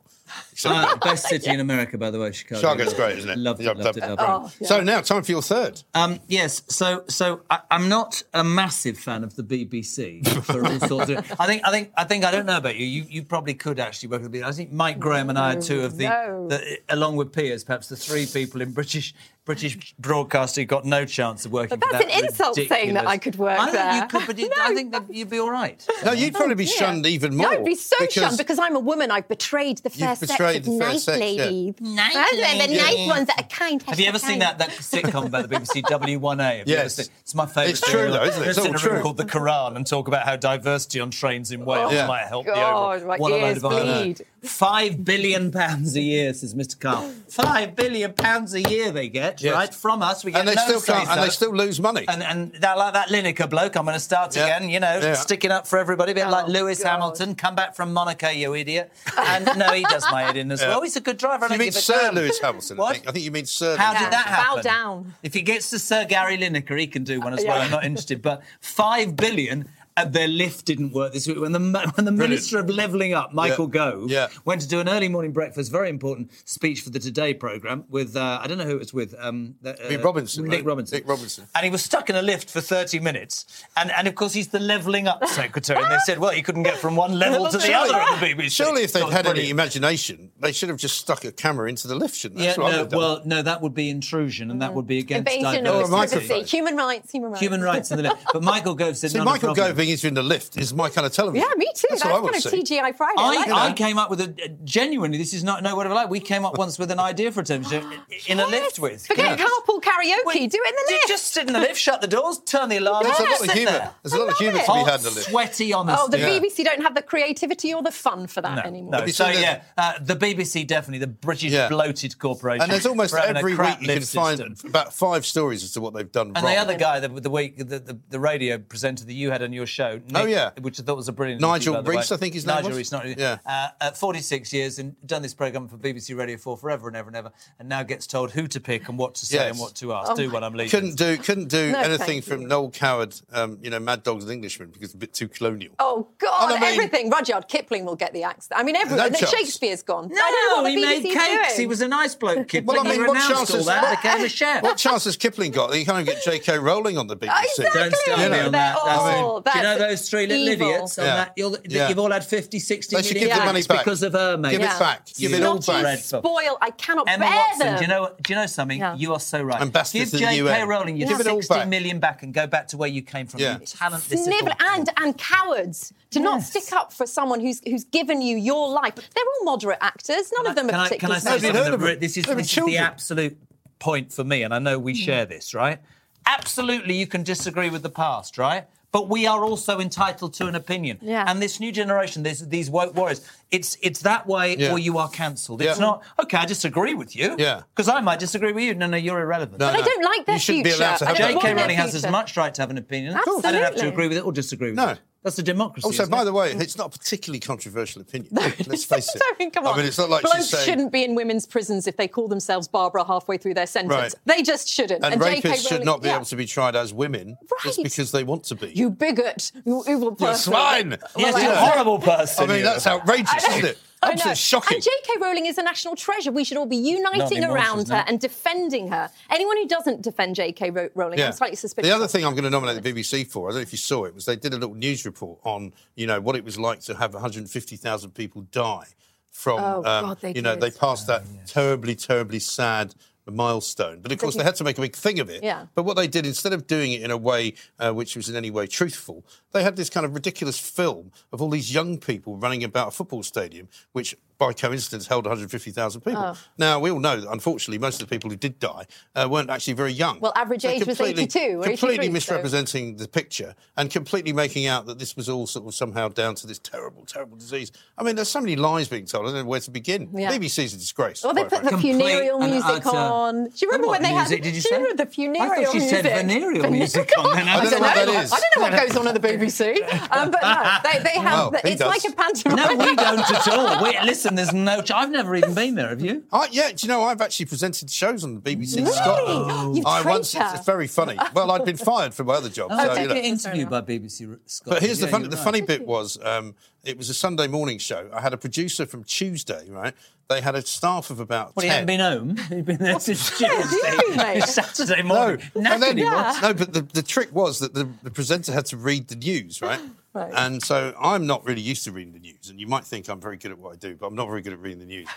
S2: So,
S5: Uh, best city in America, by the way, Chicago.
S2: Chicago's great, isn't it?
S5: Loved it,
S2: Yeah,
S5: loved it, loved it.
S4: Oh, yeah.
S2: So now, time for your third.
S5: Um, yes, so so I, I'm not a massive fan of the BBC for all sorts of. I think I think I think I don't know about you. You you probably could actually work with the BBC. I think Mike Graham and I are two of the,
S4: Mm, No.
S5: the along with Piers, perhaps the three people in British British broadcast who got no chance of working.
S4: But
S5: for
S4: that's
S5: that
S4: an insult saying
S5: ridiculous-
S4: that I could work
S5: I think
S4: there.
S5: you could,
S4: [LAUGHS]
S5: but you, I think that you'd be all right.
S2: No, you'd probably be
S4: Oh, Yeah.
S2: shunned even
S4: No,
S2: more.
S4: I'd be so shunned because I'm a woman. I've betrayed the fair
S2: betrayed
S4: sex
S2: the
S4: of
S2: fair
S4: nice
S2: sex, yeah.
S4: ladies. Nice the
S5: ladies.
S4: nice ones that are kind.
S5: Have you ever seen that that sitcom about the BBC W1A? Have you ever
S2: Yes.
S5: seen- it's my favourite.
S2: It's true
S5: serial.
S2: though, isn't it?
S5: It's
S2: It's
S5: in
S2: all
S5: a room
S2: true. Oh,
S5: called The Quran and talk about how diversity on trains in Wales
S2: Yeah.
S5: might help
S4: God,
S5: the
S4: my
S5: overall. a load
S4: ears
S5: of irony.
S4: bleed.
S5: Five billion pounds a year, says Mr. Carl. Five billion pounds a year they get
S2: Yes.
S5: right from us. We get
S2: and they
S5: no
S2: still can't, and
S5: say-so.
S2: they still lose money.
S5: And, and that, like that Lineker bloke, I'm going to start
S2: Yeah.
S5: again, you know,
S2: Yeah.
S5: sticking up for everybody, a bit like
S4: Oh,
S5: Lewis
S4: God.
S5: Hamilton. Come back from Monaco, you idiot. And no, he does my head
S2: [LAUGHS]
S5: in as well. He's a good driver. I
S2: you
S5: don't
S2: mean
S5: give a
S2: Sir
S5: damn.
S2: Lewis Hamilton? I
S5: What?
S2: think. I think you mean Sir.
S5: How
S2: Lewis
S5: did that
S2: Hamilton.
S5: happen?
S4: Bow down.
S5: If he gets to Sir Gary Lineker, he can do one as well.
S4: Yeah.
S5: I'm not interested. But five billion. And their lift didn't work this week. When the mo- when the minister of levelling up, Michael Gove,
S2: Yeah.
S5: went to do an early morning breakfast, very important speech for the Today programme with uh, I don't know who it was with, um, the- uh,
S2: Nick Robinson,
S5: Nick
S2: right?
S5: Robinson,
S2: Nick Robinson.
S5: and he was stuck in a lift for thirty minutes. And and of course he's the levelling up secretary. and they said, well, he couldn't get from one level to the other at the BBC.
S2: Surely, if
S5: That
S2: they'd
S5: was
S2: had any
S5: brilliant.
S2: imagination, they should have just stuck a camera into the lift, shouldn't they?
S5: yeah,
S2: That's what I
S5: no,
S2: would've done.
S5: well, no, that would be intrusion, and that would be against
S4: Mm. Invasion
S5: diversity.
S4: of
S2: microphone.
S4: privacy. Human rights. Human rights.
S5: Human rights in the left. But Michael Gove said,
S2: See,
S5: "Not a
S2: Michael
S5: problem."
S2: Gove being interviewed in the lift is my kind of television.
S4: Yeah, me too.
S2: That's,
S4: That's,
S2: what I
S4: kind
S2: would
S4: of
S2: see.
S4: TGI Friday. I, like
S5: I, I
S4: that.
S5: came up with a, a- genuinely. This is not no word of a lie. We came up once with an idea for a television show in a lift with.
S4: Forget carpool karaoke.
S5: Well,
S4: do it in the
S5: ju-
S4: lift.
S5: Just sit in the lift, shut the doors, turn the alarm.
S2: There's a
S5: off,
S2: lot of
S5: sit
S2: humour.
S5: there.
S2: There's a lot of
S4: I
S2: humour
S4: love
S2: to be
S4: it.
S2: had in the
S5: Hot,
S2: lift.
S5: Sweaty on
S4: Oh, the
S2: Yeah.
S4: BBC don't have the creativity or the fun for that anymore.
S5: No,
S2: you
S5: so
S2: seen the-
S5: yeah, uh, the BBC definitely the British
S2: Yeah.
S5: bloated corporation.
S2: And there's almost
S5: for having a
S2: every week
S5: crap
S2: you can
S5: lift
S2: find
S5: system.
S2: about five stories as to what they've done
S5: And
S2: wrong.
S5: the other guy, the, the week, the, the, the radio presenter that you had on your show, Nick,
S2: Oh, yeah.
S5: which I thought was a brilliant.
S2: Nigel
S5: interview, by the
S2: Rees,
S5: way.
S2: I think his name
S5: Nigel
S2: was.
S5: Rees, not
S2: Yeah.
S5: Uh, at 46 years and done this program for BBC Radio 4 forever and ever and ever, and now gets told who to pick and what to say
S2: Yes.
S5: and what to ask. Do what I'm leaving.
S2: couldn't do couldn't do
S4: No,
S2: anything
S4: thank
S2: from
S4: you.
S2: Noel Coward, um, you know, Mad Dogs and Englishmen because it's a bit too colonial.
S4: Oh God!
S2: And I mean-
S4: everything. Rudyard Kipling will get the axe. I mean, everyone.
S2: No chance.
S4: Shakespeare's gone.
S5: No,
S4: I don't know what
S5: he
S4: the
S5: made
S4: BBC 's
S5: cakes.
S4: doing.
S5: He was a nice bloke, kid.
S2: Well, I
S5: he
S2: mean, what
S5: renounced all
S2: chances- [LAUGHS]
S5: that, and became a chef.
S2: What chance has Kipling got? He can't even get J.K. Rowling on the BBC.
S4: Exactly.
S5: Don't start
S2: You
S5: me
S2: know,
S4: they're
S5: on that. That's-
S4: all-
S5: do you know
S4: that's
S5: those three little
S4: evil.
S5: idiots on
S2: Oh, Yeah.
S5: that? You'll,
S2: Yeah.
S5: You've all had 50 , 60
S2: They should
S5: million
S2: give the
S5: pounds
S2: money back.
S5: because of her, mate.
S2: Give it back.
S5: You
S2: Give it all
S5: naughty
S2: back.
S5: red fuck.
S4: spoil. I cannot
S5: Emma
S4: bear
S5: Watson,
S4: them.
S5: do you know? Do you know something?
S4: Yeah.
S5: You are so right.
S2: Ambassador
S5: Give
S2: to the
S5: J.K.
S2: UN.
S5: Rowling your
S2: Give it all
S5: 60
S2: back.
S5: million back and go back to where you came from.
S2: Yeah.
S5: You talentless
S4: Snivel
S5: little-
S4: and and cowards to not
S5: Yes.
S4: stick up for someone who's who's given you your life. They're all moderate actors. None of them
S5: can
S4: are
S5: I, can
S4: particularly.
S5: I say
S2: Nobody
S5: something?
S2: heard
S5: that
S2: of
S5: re-
S2: it.
S5: This is,
S2: They were
S5: this is the
S2: children.
S5: absolute point for me, and I know we share this, right? Absolutely, you can disagree with the past, right? But we are also entitled to an opinion.
S4: Yeah.
S5: And this new generation, this, these woke warriors, it's it's that way
S2: Yeah.
S5: or you are cancelled. It's
S2: Yeah.
S5: not, okay, I disagree with you.
S2: Yeah.
S5: Because I might disagree with you. No, no, you're irrelevant.
S2: No,
S4: But I
S2: no.
S4: don't like their
S2: You shouldn't be allowed
S4: future.
S2: to
S4: I
S2: have
S4: don't
S2: that.
S4: want
S5: J.K.
S4: their
S5: Rowling has as
S4: future.
S5: much right to have an opinion. I don't have to
S4: Absolutely.
S5: agree with it or disagree with
S2: No.
S5: it. That's a democracy.
S2: Also,
S5: isn't
S2: by
S5: it? [LAUGHS]
S2: the way, it's not a particularly controversial opinion. [LAUGHS] Let's
S4: [LAUGHS]
S2: face it.
S4: I mean, come on.
S2: I mean, it's not like
S4: Blokes
S2: she's saying.
S4: shouldn't be in women's prisons if they call themselves Barbara halfway through their sentence.
S2: Right.
S4: They just shouldn't.
S2: and
S4: JK
S2: rapists should
S4: Rowling-
S2: not be
S4: yeah.
S2: able to be tried as women just
S4: Right.
S2: because they want to be.
S4: You bigot. You evil person.
S2: You're a swine.
S5: Yes,
S4: Well,
S5: you're a
S4: I-
S5: horrible person.
S2: I mean,
S5: you.
S2: that's outrageous, isn't it?
S4: I
S2: Absolutely
S4: know.
S2: shocking.
S4: And J.K. Rowling is a national treasure. We should all be
S5: Not
S4: uniting
S5: anymore,
S4: around
S5: she's
S4: her
S5: not.
S4: and defending her. Anyone who doesn't defend J.K. Row- Rowling, I'm slightly suspicious.
S2: The other thing I'm going to nominate the BBC for, I don't know if you saw it, was they did a little news report on, you know, what it was like to have 150,000 people die from,
S4: Oh,
S2: um,
S4: God, they
S2: you know,
S4: did.
S2: they passed that terribly, terribly sad a milestone. But of course, they had to make a big thing of it.
S4: Yeah.
S2: But what they did, instead of doing it in a way uh, which was in any way truthful, they had this kind of ridiculous film of all these young people running about a football stadium, which by coincidence held 150,000 people.
S4: Oh.
S2: Now, we all know that unfortunately, most of the people who did die uh, weren't actually very young.
S4: Well, average
S2: They're
S4: age was
S2: completely-
S4: 82 or
S2: Completely
S4: 83, so-
S2: misrepresenting the picture and completely making out that this was all sort of somehow down to this terrible, terrible disease. I mean, there's so many lies being told. I don't know where to begin.
S4: Yeah.
S2: BBC's a disgrace.
S4: Well, they
S2: quite
S4: put the
S2: frankly.
S5: Complete
S4: funereal
S5: and
S4: music
S5: utter-
S4: on. Do you
S5: The
S4: remember
S5: what
S4: when they had?
S5: music did
S4: do
S5: you say?
S4: you remember the funereal
S5: I thought she
S4: music?
S5: said venereal
S4: Vene-
S5: music
S4: [LAUGHS]
S5: on then.
S4: I,
S2: I
S4: don't know.
S2: what
S4: I
S2: that
S4: don't
S2: is.
S4: know what goes on at the BBC. Um, but no,
S2: [LAUGHS]
S4: they, they have.
S2: Well,
S4: the,
S2: he
S4: it's
S2: does.
S4: like a pantomime.
S5: No,
S4: [LAUGHS]
S5: we don't at all. We, listen, there's no. Ch- I've never even been there. Have you?
S2: I, yeah, do you know I've actually presented shows on the BBC in Scotland.
S4: You
S2: I once
S4: traitor.
S2: it's very funny. Well, I'd been fired from my other job.
S5: I
S2: so,
S5: Oh, did
S2: you know.
S5: get interviewed by BBC R- Scotland.
S2: But here's the
S5: Yeah,
S2: funny.
S5: you're
S2: The
S5: right.
S2: funny bit was um, it was a Sunday morning show. I had a producer from Tuesday, right? They had a staff of about
S5: Well, he
S2: ten.
S5: hadn't been home. [LAUGHS] He'd been there since
S4: you been,
S5: Tuesday.
S4: mate?
S5: [LAUGHS] Saturday
S2: no,
S5: morning.
S2: and then,
S5: Knackered he
S2: [LAUGHS]
S5: was.
S2: no, but the, the trick was that the, the presenter had to read the news, right?
S4: Right.
S2: And so I'm not really used to reading the news, and you might think I'm very good at what I do, but I'm not very good at reading the news.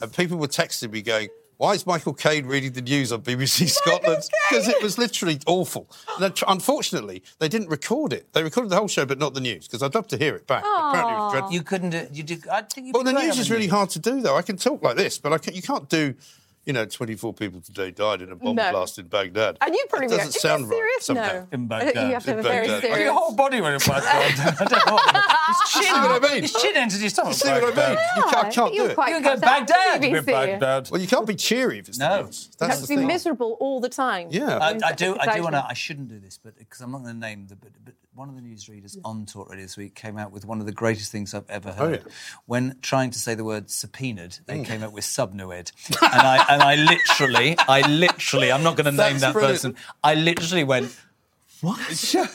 S2: And people were texting me going, "Why is Michael Caine reading the news on BBC Scotland?" Because it was literally awful. And then tr- unfortunately, they didn't record it. They recorded the whole show, but not the news, because I'd love to hear it back. Apparently, it was dreadful.
S5: You couldn't. Do, you did. I think. you
S2: Well,
S5: did
S2: the
S5: great
S2: news
S5: on
S2: is really hard to do, though. I can talk like this, but I can, you can't do, you know, 24 people today died in a bomb
S4: No.
S2: blast in Baghdad.
S4: And you probably
S2: That
S4: were-
S2: doesn't
S4: Is this
S2: sound right.
S4: serious?
S2: somehow.
S4: No.
S5: In
S4: I think you
S5: Baghdad.
S4: have to have a
S2: In
S4: very
S2: Baghdad.
S4: serious.
S5: Your whole body went in
S2: [LAUGHS]
S5: black. I don't know. His chin,
S2: See what I mean?
S5: His chin entered his stomach.
S2: See what I mean? You can't, I can't
S4: you
S2: do
S4: were
S2: it.
S4: quite
S5: You can go
S4: cut out for
S5: Baghdad.
S4: BBC.
S2: Well, you can't be cheery if it's
S5: No.
S2: the news.
S4: You
S2: That's
S4: have
S2: the
S4: to be
S2: thing.
S4: miserable all the time.
S2: Yeah.
S5: I, I do. I do
S4: Exciting.
S5: want to. I shouldn't do this, but because I'm not going to name the. But, but one of the newsreaders on Talk Radio this week came out with one of the greatest things I've ever heard.
S2: Oh, yeah. Mm.
S5: When trying to say the word subpoenaed, they came up with subnued, and I and I literally, I literally, I'm not going to name
S2: That's
S5: that
S2: brilliant.
S5: person. I literally went, what?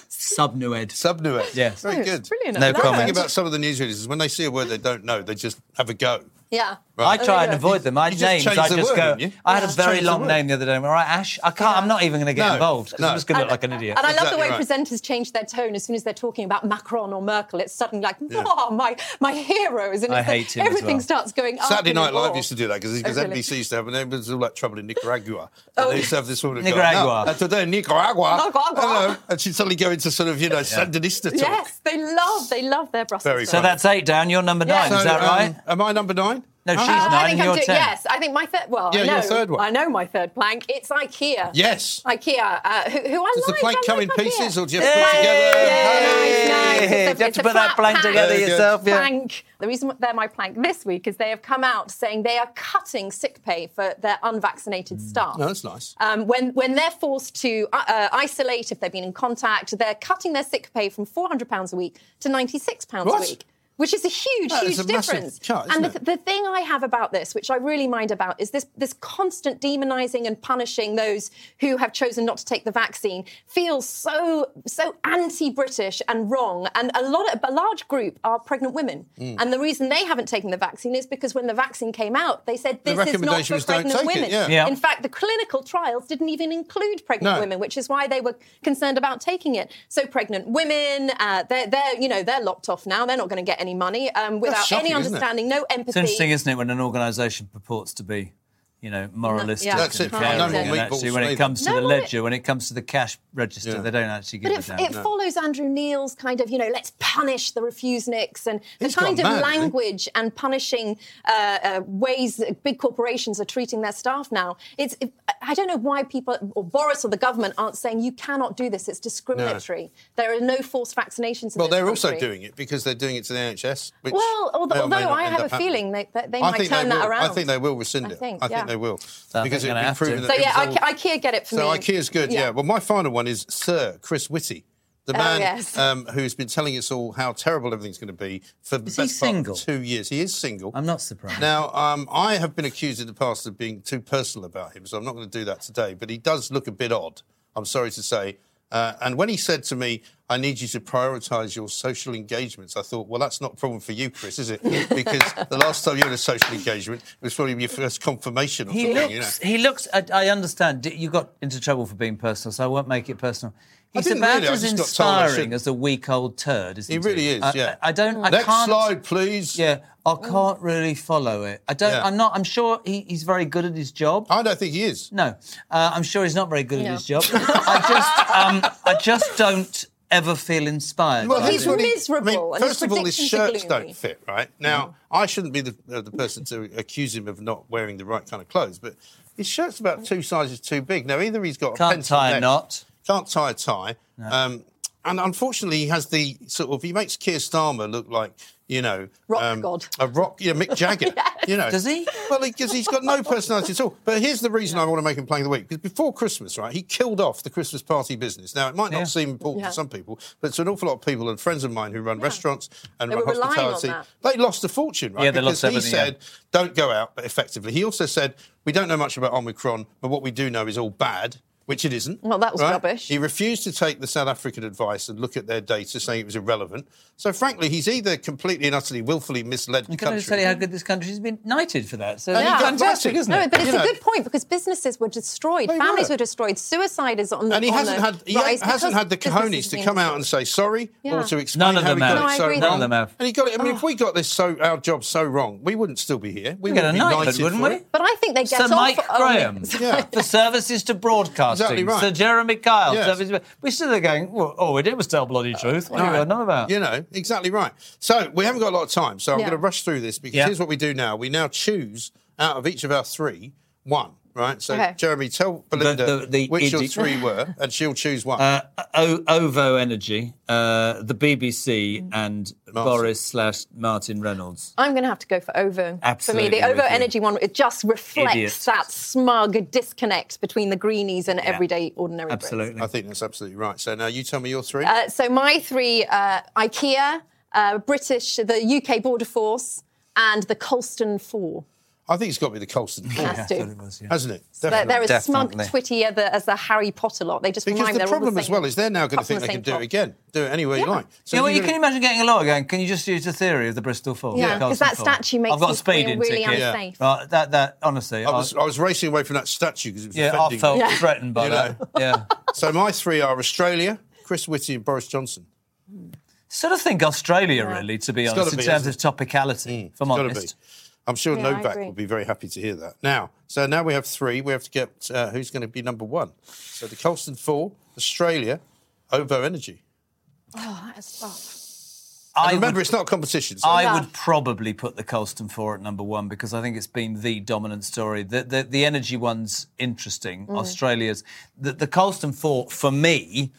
S2: [LAUGHS]
S5: subnued.
S2: Subnuet.
S5: Yes.
S2: Very good.
S4: It's brilliant.
S5: No
S4: I love
S2: The
S5: comment.
S2: thing
S4: it.
S2: about some of the newsreaders is when they see a word they don't know, they just have a go.
S4: Yeah.
S5: I try and
S4: Oh, yeah.
S5: avoid them. I
S2: You just
S5: names.
S2: change
S5: I
S2: the
S5: just
S2: word,
S5: go.
S2: didn't you?
S5: I had a
S2: Just
S5: very
S2: change the
S5: long
S2: word.
S5: name the other day. All right, Ash. I can't. I'm not even going to get
S2: No,
S5: involved because
S2: no.
S5: I'm just going to look like an idiot.
S4: And I love the
S2: Exactly
S4: way
S2: right.
S4: presenters change their tone as soon as they're talking about Macron or Merkel. It's suddenly like, oh, my, my heroes. And
S5: I
S4: it's like
S5: hate him as
S4: everything
S5: well.
S4: starts going up.
S2: Saturday
S4: in a
S2: Night Live
S4: ball.
S2: used to do that because
S4: Oh, really?
S2: NBC used to have an it was all that trouble in
S4: [LAUGHS]
S2: Nicaragua. And they used to have this woman who go,
S5: Nicaragua.
S2: "No, uh, today Nicaragua.
S4: Oh. Nicaragua.
S2: Hello. And she'd suddenly go into sort of, you know, Sandinista talk.
S4: Yes, they love, they love their Brussels.
S2: Very
S4: sprouts.
S5: so
S2: funny.
S5: that's eight down. You're number
S4: Yeah.
S5: nine. Is
S4: So,
S5: that
S2: um,
S5: right?
S2: Am I number nine?
S5: No, she's
S4: Uh, I
S5: nine.
S4: think I'm
S5: You're
S4: doing,
S5: ten.
S4: yes, I think my third, well,
S2: Yeah,
S4: I
S2: your
S4: know,
S2: third one.
S4: I know my third plank. It's IKEA.
S2: Yes.
S4: IKEA, uh, who, who I
S2: Does the
S4: like.
S2: plank
S4: I
S2: come
S4: like
S2: in
S4: IKEA.
S2: pieces or do you have to put
S5: Hey!
S2: together?
S4: Yay!
S5: Hey!
S4: Nice, nice. It's a-
S5: You have
S4: it's
S5: to
S4: a
S5: put that
S4: flat
S5: plank together
S2: Very good.
S5: yourself. Yeah.
S4: Plank. The reason they're my plank this week is they have come out saying they are cutting sick pay for their unvaccinated staff.
S2: No, that's nice.
S4: Um, when, when they're forced to uh, uh, isolate if they've been in contact, they're cutting their sick pay from £400 a week to £96
S2: What?
S4: a week. Which is a huge,
S2: That
S4: huge
S2: is a massive
S4: difference.
S2: cut,
S4: and the,
S2: isn't it?
S4: the thing I have about this, which I really mind about, is this this constant demonising and punishing those who have chosen not to take the vaccine feels so so anti-British and wrong. And a lot of a large group are pregnant women,
S2: Hmm.
S4: and the reason they haven't taken the vaccine is because when the vaccine came out, they said this is not
S2: recommendation
S4: for
S2: was don't
S4: pregnant
S2: take it,
S4: women.
S2: yeah.
S5: Yeah.
S4: In fact, the clinical trials didn't even include pregnant
S2: No.
S4: women, which is why they were concerned about taking it. So pregnant women, uh, they're, they're you know they're locked off now. They're not going to get any money um, without
S2: shocking, isn't
S4: any
S2: it?
S4: understanding, no empathy.
S5: It's interesting, isn't it, when an organisation purports to be, you know, moralistic
S4: Yeah.
S2: That's
S5: and
S2: it. No
S5: caring,
S2: more
S5: and actually
S2: meatballs
S5: when it
S2: neither.
S5: comes to
S4: No
S5: the
S4: more
S5: ledger, when it comes to the cash register,
S2: Yeah.
S5: they don't actually give
S4: But
S5: a
S4: it,
S5: damn.
S4: it follows Andrew Neil's kind of, you know, let's punish the refuseniks and the
S2: He's
S4: kind of
S2: gone mad, hasn't he?
S4: language and punishing uh, uh, ways that big corporations are treating their staff now. It's it, I don't know why people or Boris or the government aren't saying you cannot do this. It's discriminatory. There are no forced vaccinations. In
S2: Well,
S4: this
S2: they're also
S4: country.
S2: doing it because they're doing it to the NHS. Which
S4: Well, although,
S2: may or may
S4: although
S2: not
S4: I
S2: end
S4: have
S2: up
S4: a
S2: happening.
S4: feeling they, they, they
S2: I
S4: might
S2: think
S4: turn
S2: they
S4: that
S2: will.
S4: around.
S2: I think they will rescind
S4: I
S2: it.
S4: think,
S2: I think
S4: yeah.
S2: they will
S5: think
S2: because
S5: they're
S2: it's
S5: gonna
S2: been
S5: have to.
S2: proven. that
S4: So
S2: it
S4: yeah,
S2: was all-
S4: Ikea, Ikea get it for
S2: So
S4: me.
S2: IKEA's good, yeah. Well, my final one is Sir Chris Whitty, the man
S4: Oh, yes. [LAUGHS]
S2: um, who's been telling us all how terrible everything's going to be for the
S5: Is he
S2: best part of
S5: single?
S2: two years. He is single.
S5: I'm not surprised.
S2: Now, um, I have been accused in the past of being too personal about him, so I'm not going to do that today. But he does look a bit odd. I'm sorry to say. Uh, and when he said to me, "I need you to prioritise your social engagements," I thought, "Well, that's not a problem for you, Chris,
S4: [LAUGHS]
S2: is it? Because the last time you had a social engagement it was probably your first confirmation or
S5: He
S2: something."
S5: looks.
S2: You know?
S5: He looks. I, I understand. d- You got into trouble for being personal, so I won't make it personal. He's
S2: didn't
S5: about
S2: really, I
S5: as
S2: just got told I
S5: inspiring
S2: shouldn't.
S5: as a weak old turd, isn't
S2: He really is,
S5: I-
S2: yeah.
S5: I, I don't. I
S2: Next
S5: can't,
S2: slide, please.
S5: Yeah, I can't really follow it. I don't.
S2: Yeah.
S5: I'm not. I'm sure he, he's very good at his job.
S2: I don't think he is.
S5: No, uh, I'm sure he's not very good
S4: No.
S5: at his job. I just, um, I just don't ever feel inspired.
S2: Well,
S5: by
S2: he's
S5: him.
S4: really-
S2: what he-
S4: miserable, and his
S2: first of all, his
S4: predictions
S2: shirts
S4: are gloomy.
S2: don't fit right
S5: Mm.
S2: now. I shouldn't be the, uh, the person to accuse him of not wearing the right kind of clothes, but his shirt's about two sizes too big. Now, either he's got a
S5: Can't
S2: pencil
S5: tie a
S2: neck-
S5: knot.
S2: can't tie a tie, um, and unfortunately, he has the sort of he makes Keir Starmer look like you know um,
S4: Rock god.
S2: a rock, yeah, Mick
S4: [LAUGHS]
S2: Jagger. You know,
S5: Does he?
S2: Well, because he's got no personality at all. But here's the reason I want to make him playing the week because before Christmas, right, he killed off the Christmas party business. Now it might not
S5: Yeah.
S2: seem important
S4: Yeah.
S2: to some people, but to an awful lot of people and friends of mine who run restaurants and
S4: They
S2: run
S4: were relying on
S2: hospitality,
S4: that.
S2: they lost a fortune, right?
S5: Yeah, they
S2: because
S5: lost
S2: he
S5: everything, yeah.
S2: said, "Don't go out," but effectively, he also said, "We don't know much about Omicron, but what we do know is all bad." Which it isn't.
S4: Well, that was
S2: right?
S4: rubbish.
S2: He refused to take the South African advice and look at their data, saying it was irrelevant. So, frankly, he's either completely and utterly willfully misled the
S5: Can I
S2: country.
S5: just tell you how good this country's been knighted for that? So
S2: And he
S5: that's
S2: got
S5: fantastic,
S2: knighted.
S5: isn't it?
S4: No, but it's
S2: You
S4: a
S2: know.
S4: good point because businesses were destroyed,
S2: They
S4: families
S2: were.
S4: were destroyed, suicide is on the
S2: and he
S4: on
S2: hasn't
S4: the
S2: had he
S4: rise because
S2: hasn't had the
S4: businesses
S2: cojones
S4: are
S2: to
S4: being
S2: come out and
S4: destroyed.
S2: say sorry
S4: Yeah.
S2: or to explain
S5: None of
S2: how
S5: them
S2: he got
S5: have.
S4: No, I
S2: it so wrong.
S4: agree with
S5: None of them have.
S2: And he got it. I mean, if we got this so our job so wrong, we wouldn't still be here. We
S5: We'd get a
S2: wouldn't be
S5: knighthood,
S2: knighted
S5: wouldn't
S2: for
S5: we?
S2: it.
S4: But I think they get
S5: Sir
S4: off
S5: Mike
S4: for oh, only-
S5: Graham
S2: [LAUGHS] Yeah.
S5: for services to broadcasting.
S2: Exactly right.
S5: Sir Jeremy Kyle.
S2: Yes. Uh,
S5: Services... We're still there going, well, all we did was tell bloody truth. What do you know about?
S2: You know, exactly right. So we haven't got a lot of time, so I'm
S4: Yeah.
S2: going to rush through this because
S5: Yeah.
S2: here's what we do now. We now choose out of each of our three one, right? So
S4: Okay.
S2: Jeremy, tell Belinda
S5: the- the Uh,
S2: which your
S5: idiot-
S2: three were, and she'll choose one.
S5: O- OVO Energy, uh, the BBC, and Boris slash Martin Reynolds.
S4: I'm going to have to go for OVO.
S5: Absolutely
S4: For me, the
S5: with
S4: OVO
S5: you.
S4: Energy one, it just reflects
S5: Idiots.
S4: that smug disconnect between the greenies and everyday ordinary Brits.
S5: Absolutely.
S2: I think that's absolutely right. So now you tell me your three.
S4: Uh, so my three uh, IKEA, uh, British, the UK Border Force, and the Colston Four.
S2: I think it's got to be the Colston,
S4: That's two.
S2: hasn't it?
S4: They're, they're
S2: Definitely.
S4: as smug,
S5: Definitely.
S4: twitty as the, as the Harry Potter lot. They just
S2: Because
S4: rhyme.
S2: the
S4: they're all
S2: problem as
S4: same.
S2: well is they're now going
S4: cut
S2: to think
S4: from the
S2: they can
S4: same
S2: do
S4: cloth.
S2: it again, do it any way you
S4: Yeah.
S2: like. So
S5: yeah, well, you
S2: really-
S5: can imagine getting a lawyer going, can you just use the theory of the Bristol Four?
S4: Yeah,
S5: the
S4: 'cause that
S5: Carlton Four?"
S4: statue makes
S5: I've got
S4: me
S5: a speeding
S4: feel really
S5: ticket.
S4: unsafe.
S5: Yeah. Right, that, that, honestly,
S2: I was, I was racing away from that statue because it was
S5: yeah, I
S2: offending
S5: felt
S2: me.
S5: threatened by
S2: You
S5: that. Yeah.
S2: So my three are Australia, Chris Whitty, and Boris Johnson.
S5: Sort of think Australia, really, to be honest,
S2: gotta
S5: in
S2: be,
S5: terms of
S2: hasn't
S5: topicality, if I'm
S2: Gotta
S5: honest.
S2: be. I'm sure
S4: Yeah, I
S2: Novak
S4: agree.
S2: would be very happy to hear that. Now, so now we have three. We have to get uh, who's going to be number one. So the Colston Four, Australia, Ovo Energy.
S4: Oh, that's tough.
S5: I would-
S2: Remember, it's not a competition. So
S5: I
S4: Yeah.
S5: would probably put the Colston Four at number one because I think it's been the dominant story. The the, the energy one's interesting.
S4: Mm.
S5: Australia's the, the Colston Four for me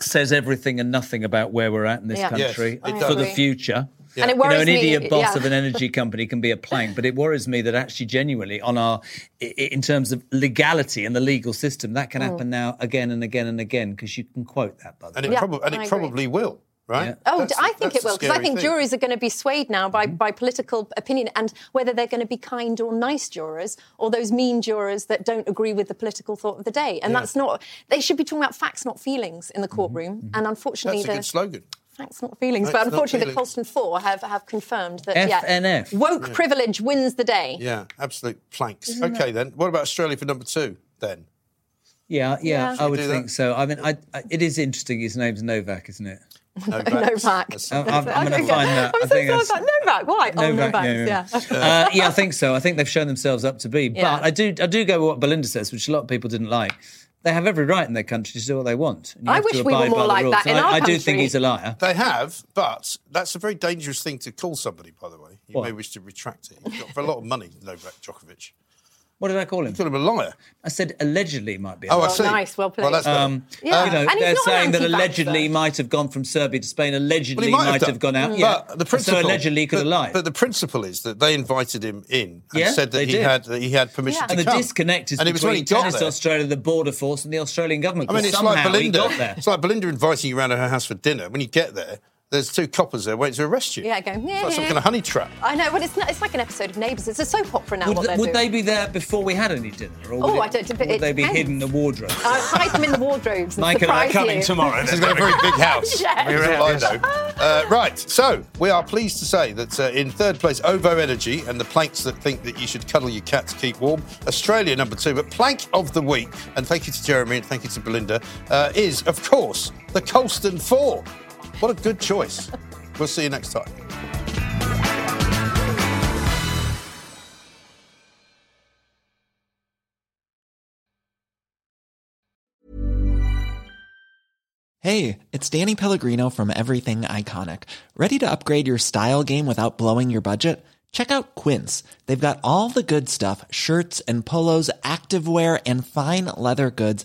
S5: says everything and nothing about where we're at in this
S4: Yeah. Yes,
S5: country
S2: it
S5: for the
S4: does.
S5: future.
S4: And it
S5: You know,
S4: worries
S5: an
S4: me.
S5: idiot boss
S4: yeah.
S5: of
S4: [LAUGHS]
S5: an energy company can be a plank, but it worries me that actually, genuinely, on our i- i- in terms of legality and the legal system, that
S4: Mm.
S5: can happen now again and again and again because you can quote that. By the
S2: and
S5: way.
S2: it,
S4: Yeah,
S2: prob- and
S4: I
S2: it
S4: agree.
S2: probably will, right?
S4: Oh,
S2: That's
S4: I
S2: the-
S4: think
S2: that's
S4: it
S2: the
S4: will because I
S2: scary
S4: think
S2: thing. Mm-hmm.
S4: juries are going to be swayed now by, by political opinion and whether they're going to be kind or nice jurors or those mean jurors that don't agree with the political thought of the day. And that's not. They should be talking about facts, not feelings, in the courtroom. And unfortunately,
S2: Mm-hmm. That's a
S4: the
S2: good slogan.
S4: facts, not feelings. but
S2: Facts, not
S4: unfortunately, the
S2: feelings.
S4: Colston Four have, have confirmed that
S5: FNF.
S4: yeah, woke privilege wins the day.
S2: Yeah, absolute planks.
S4: Mm-hmm.
S2: okay, then. What about Australia for number two?
S4: [LAUGHS]
S2: Then
S5: Yeah, yeah, I would
S2: do that?
S5: think so. I mean, I, I, it is interesting. His name's Novak, isn't it?
S2: Novak.
S4: Novak.
S2: That's-
S5: I'm, I'm, I'm going
S4: Okay.
S5: to find uh,
S4: [LAUGHS]
S5: that.
S4: I'm
S5: I
S4: so
S5: think
S4: sorry
S5: that's-
S4: about Novak. Why? oh,
S5: Novak,
S4: Novak.
S5: yeah,
S4: Yeah.
S5: Uh, yeah, I think so. I think they've shown themselves up to be.
S4: Yeah.
S5: But I do, I do go with what Belinda says, which a lot of people didn't like. They have every right in their country to do what they want. and you
S4: I
S5: have to
S4: wish we were
S5: abide
S4: more
S5: by the
S4: like
S5: rules.
S4: that in
S5: And I,
S4: our
S5: I do
S4: country.
S5: think he's a liar.
S2: They have, but that's a very dangerous thing to call somebody, by the way. You may wish to retract it. You've got for a lot of money, Novak Djokovic.
S5: What did I call him?
S2: You called him a liar.
S5: I said allegedly might be. A
S2: Oh, uh,
S5: liar.
S2: I see.
S4: nice, Oh, well played.
S2: Well, that's better.
S4: Yeah.
S5: You know,
S4: And he's
S5: they're
S4: not an
S5: saying that
S4: anti-vaxxer.
S5: allegedly he might have gone from Serbia to Spain. Allegedly
S2: Well,
S5: might, have,
S2: done. Mm.
S5: gone out.
S2: But
S5: Yeah.
S2: the principle,
S5: So allegedly he could
S2: but,
S5: have lied.
S2: But the principle is that they invited him in and
S5: Yeah,
S2: said
S5: they
S2: that he
S5: did.
S2: had that he had permission
S4: Yeah.
S2: to
S5: and the
S2: come.
S5: disconnect is
S2: and it was when
S5: between
S2: he got
S5: Tennis
S2: there.
S5: Australia, the border force, and the Australian government.
S2: I mean,
S5: 'cause
S2: it's
S5: somehow
S2: like
S5: he
S2: Belinda.
S5: got there.
S2: It's like Belinda inviting you round to her house for dinner. When you get there, There's two coppers there waiting to arrest you.
S4: Yeah, going.
S2: It's like some kind of honey trap.
S4: I know, but it's not, it's like an episode of Neighbours. It's a soap opera now.
S5: Would,
S4: what
S5: th-
S4: they're
S5: would they
S4: doing.
S5: be there before we had any dinner? Or would
S4: Oh,
S5: it-
S4: I don't-
S5: Would
S4: it
S5: they be
S4: depends.
S5: hidden in the wardrobe?
S4: I hide them in the wardrobes. And
S5: Mike and I are
S4: surprise
S5: coming
S4: you.
S5: tomorrow.
S2: She's got a very big house.
S4: Yes.
S2: We're in Lido. Uh, right, so we are pleased to say that uh, in third place, Ovo Energy and the planks that think that you should cuddle your cat to keep warm. Australia number two, but plank of the week, and thank you to Jeremy and thank you to Belinda, uh, is of course the Colston Four. What a good choice. We'll see you next time.
S1: Hey, it's Danny Pellegrino from Everything Iconic. Ready to upgrade your style game without blowing your budget? Check out Quince. They've got all the good stuff shirts and polos, activewear, and fine leather goods,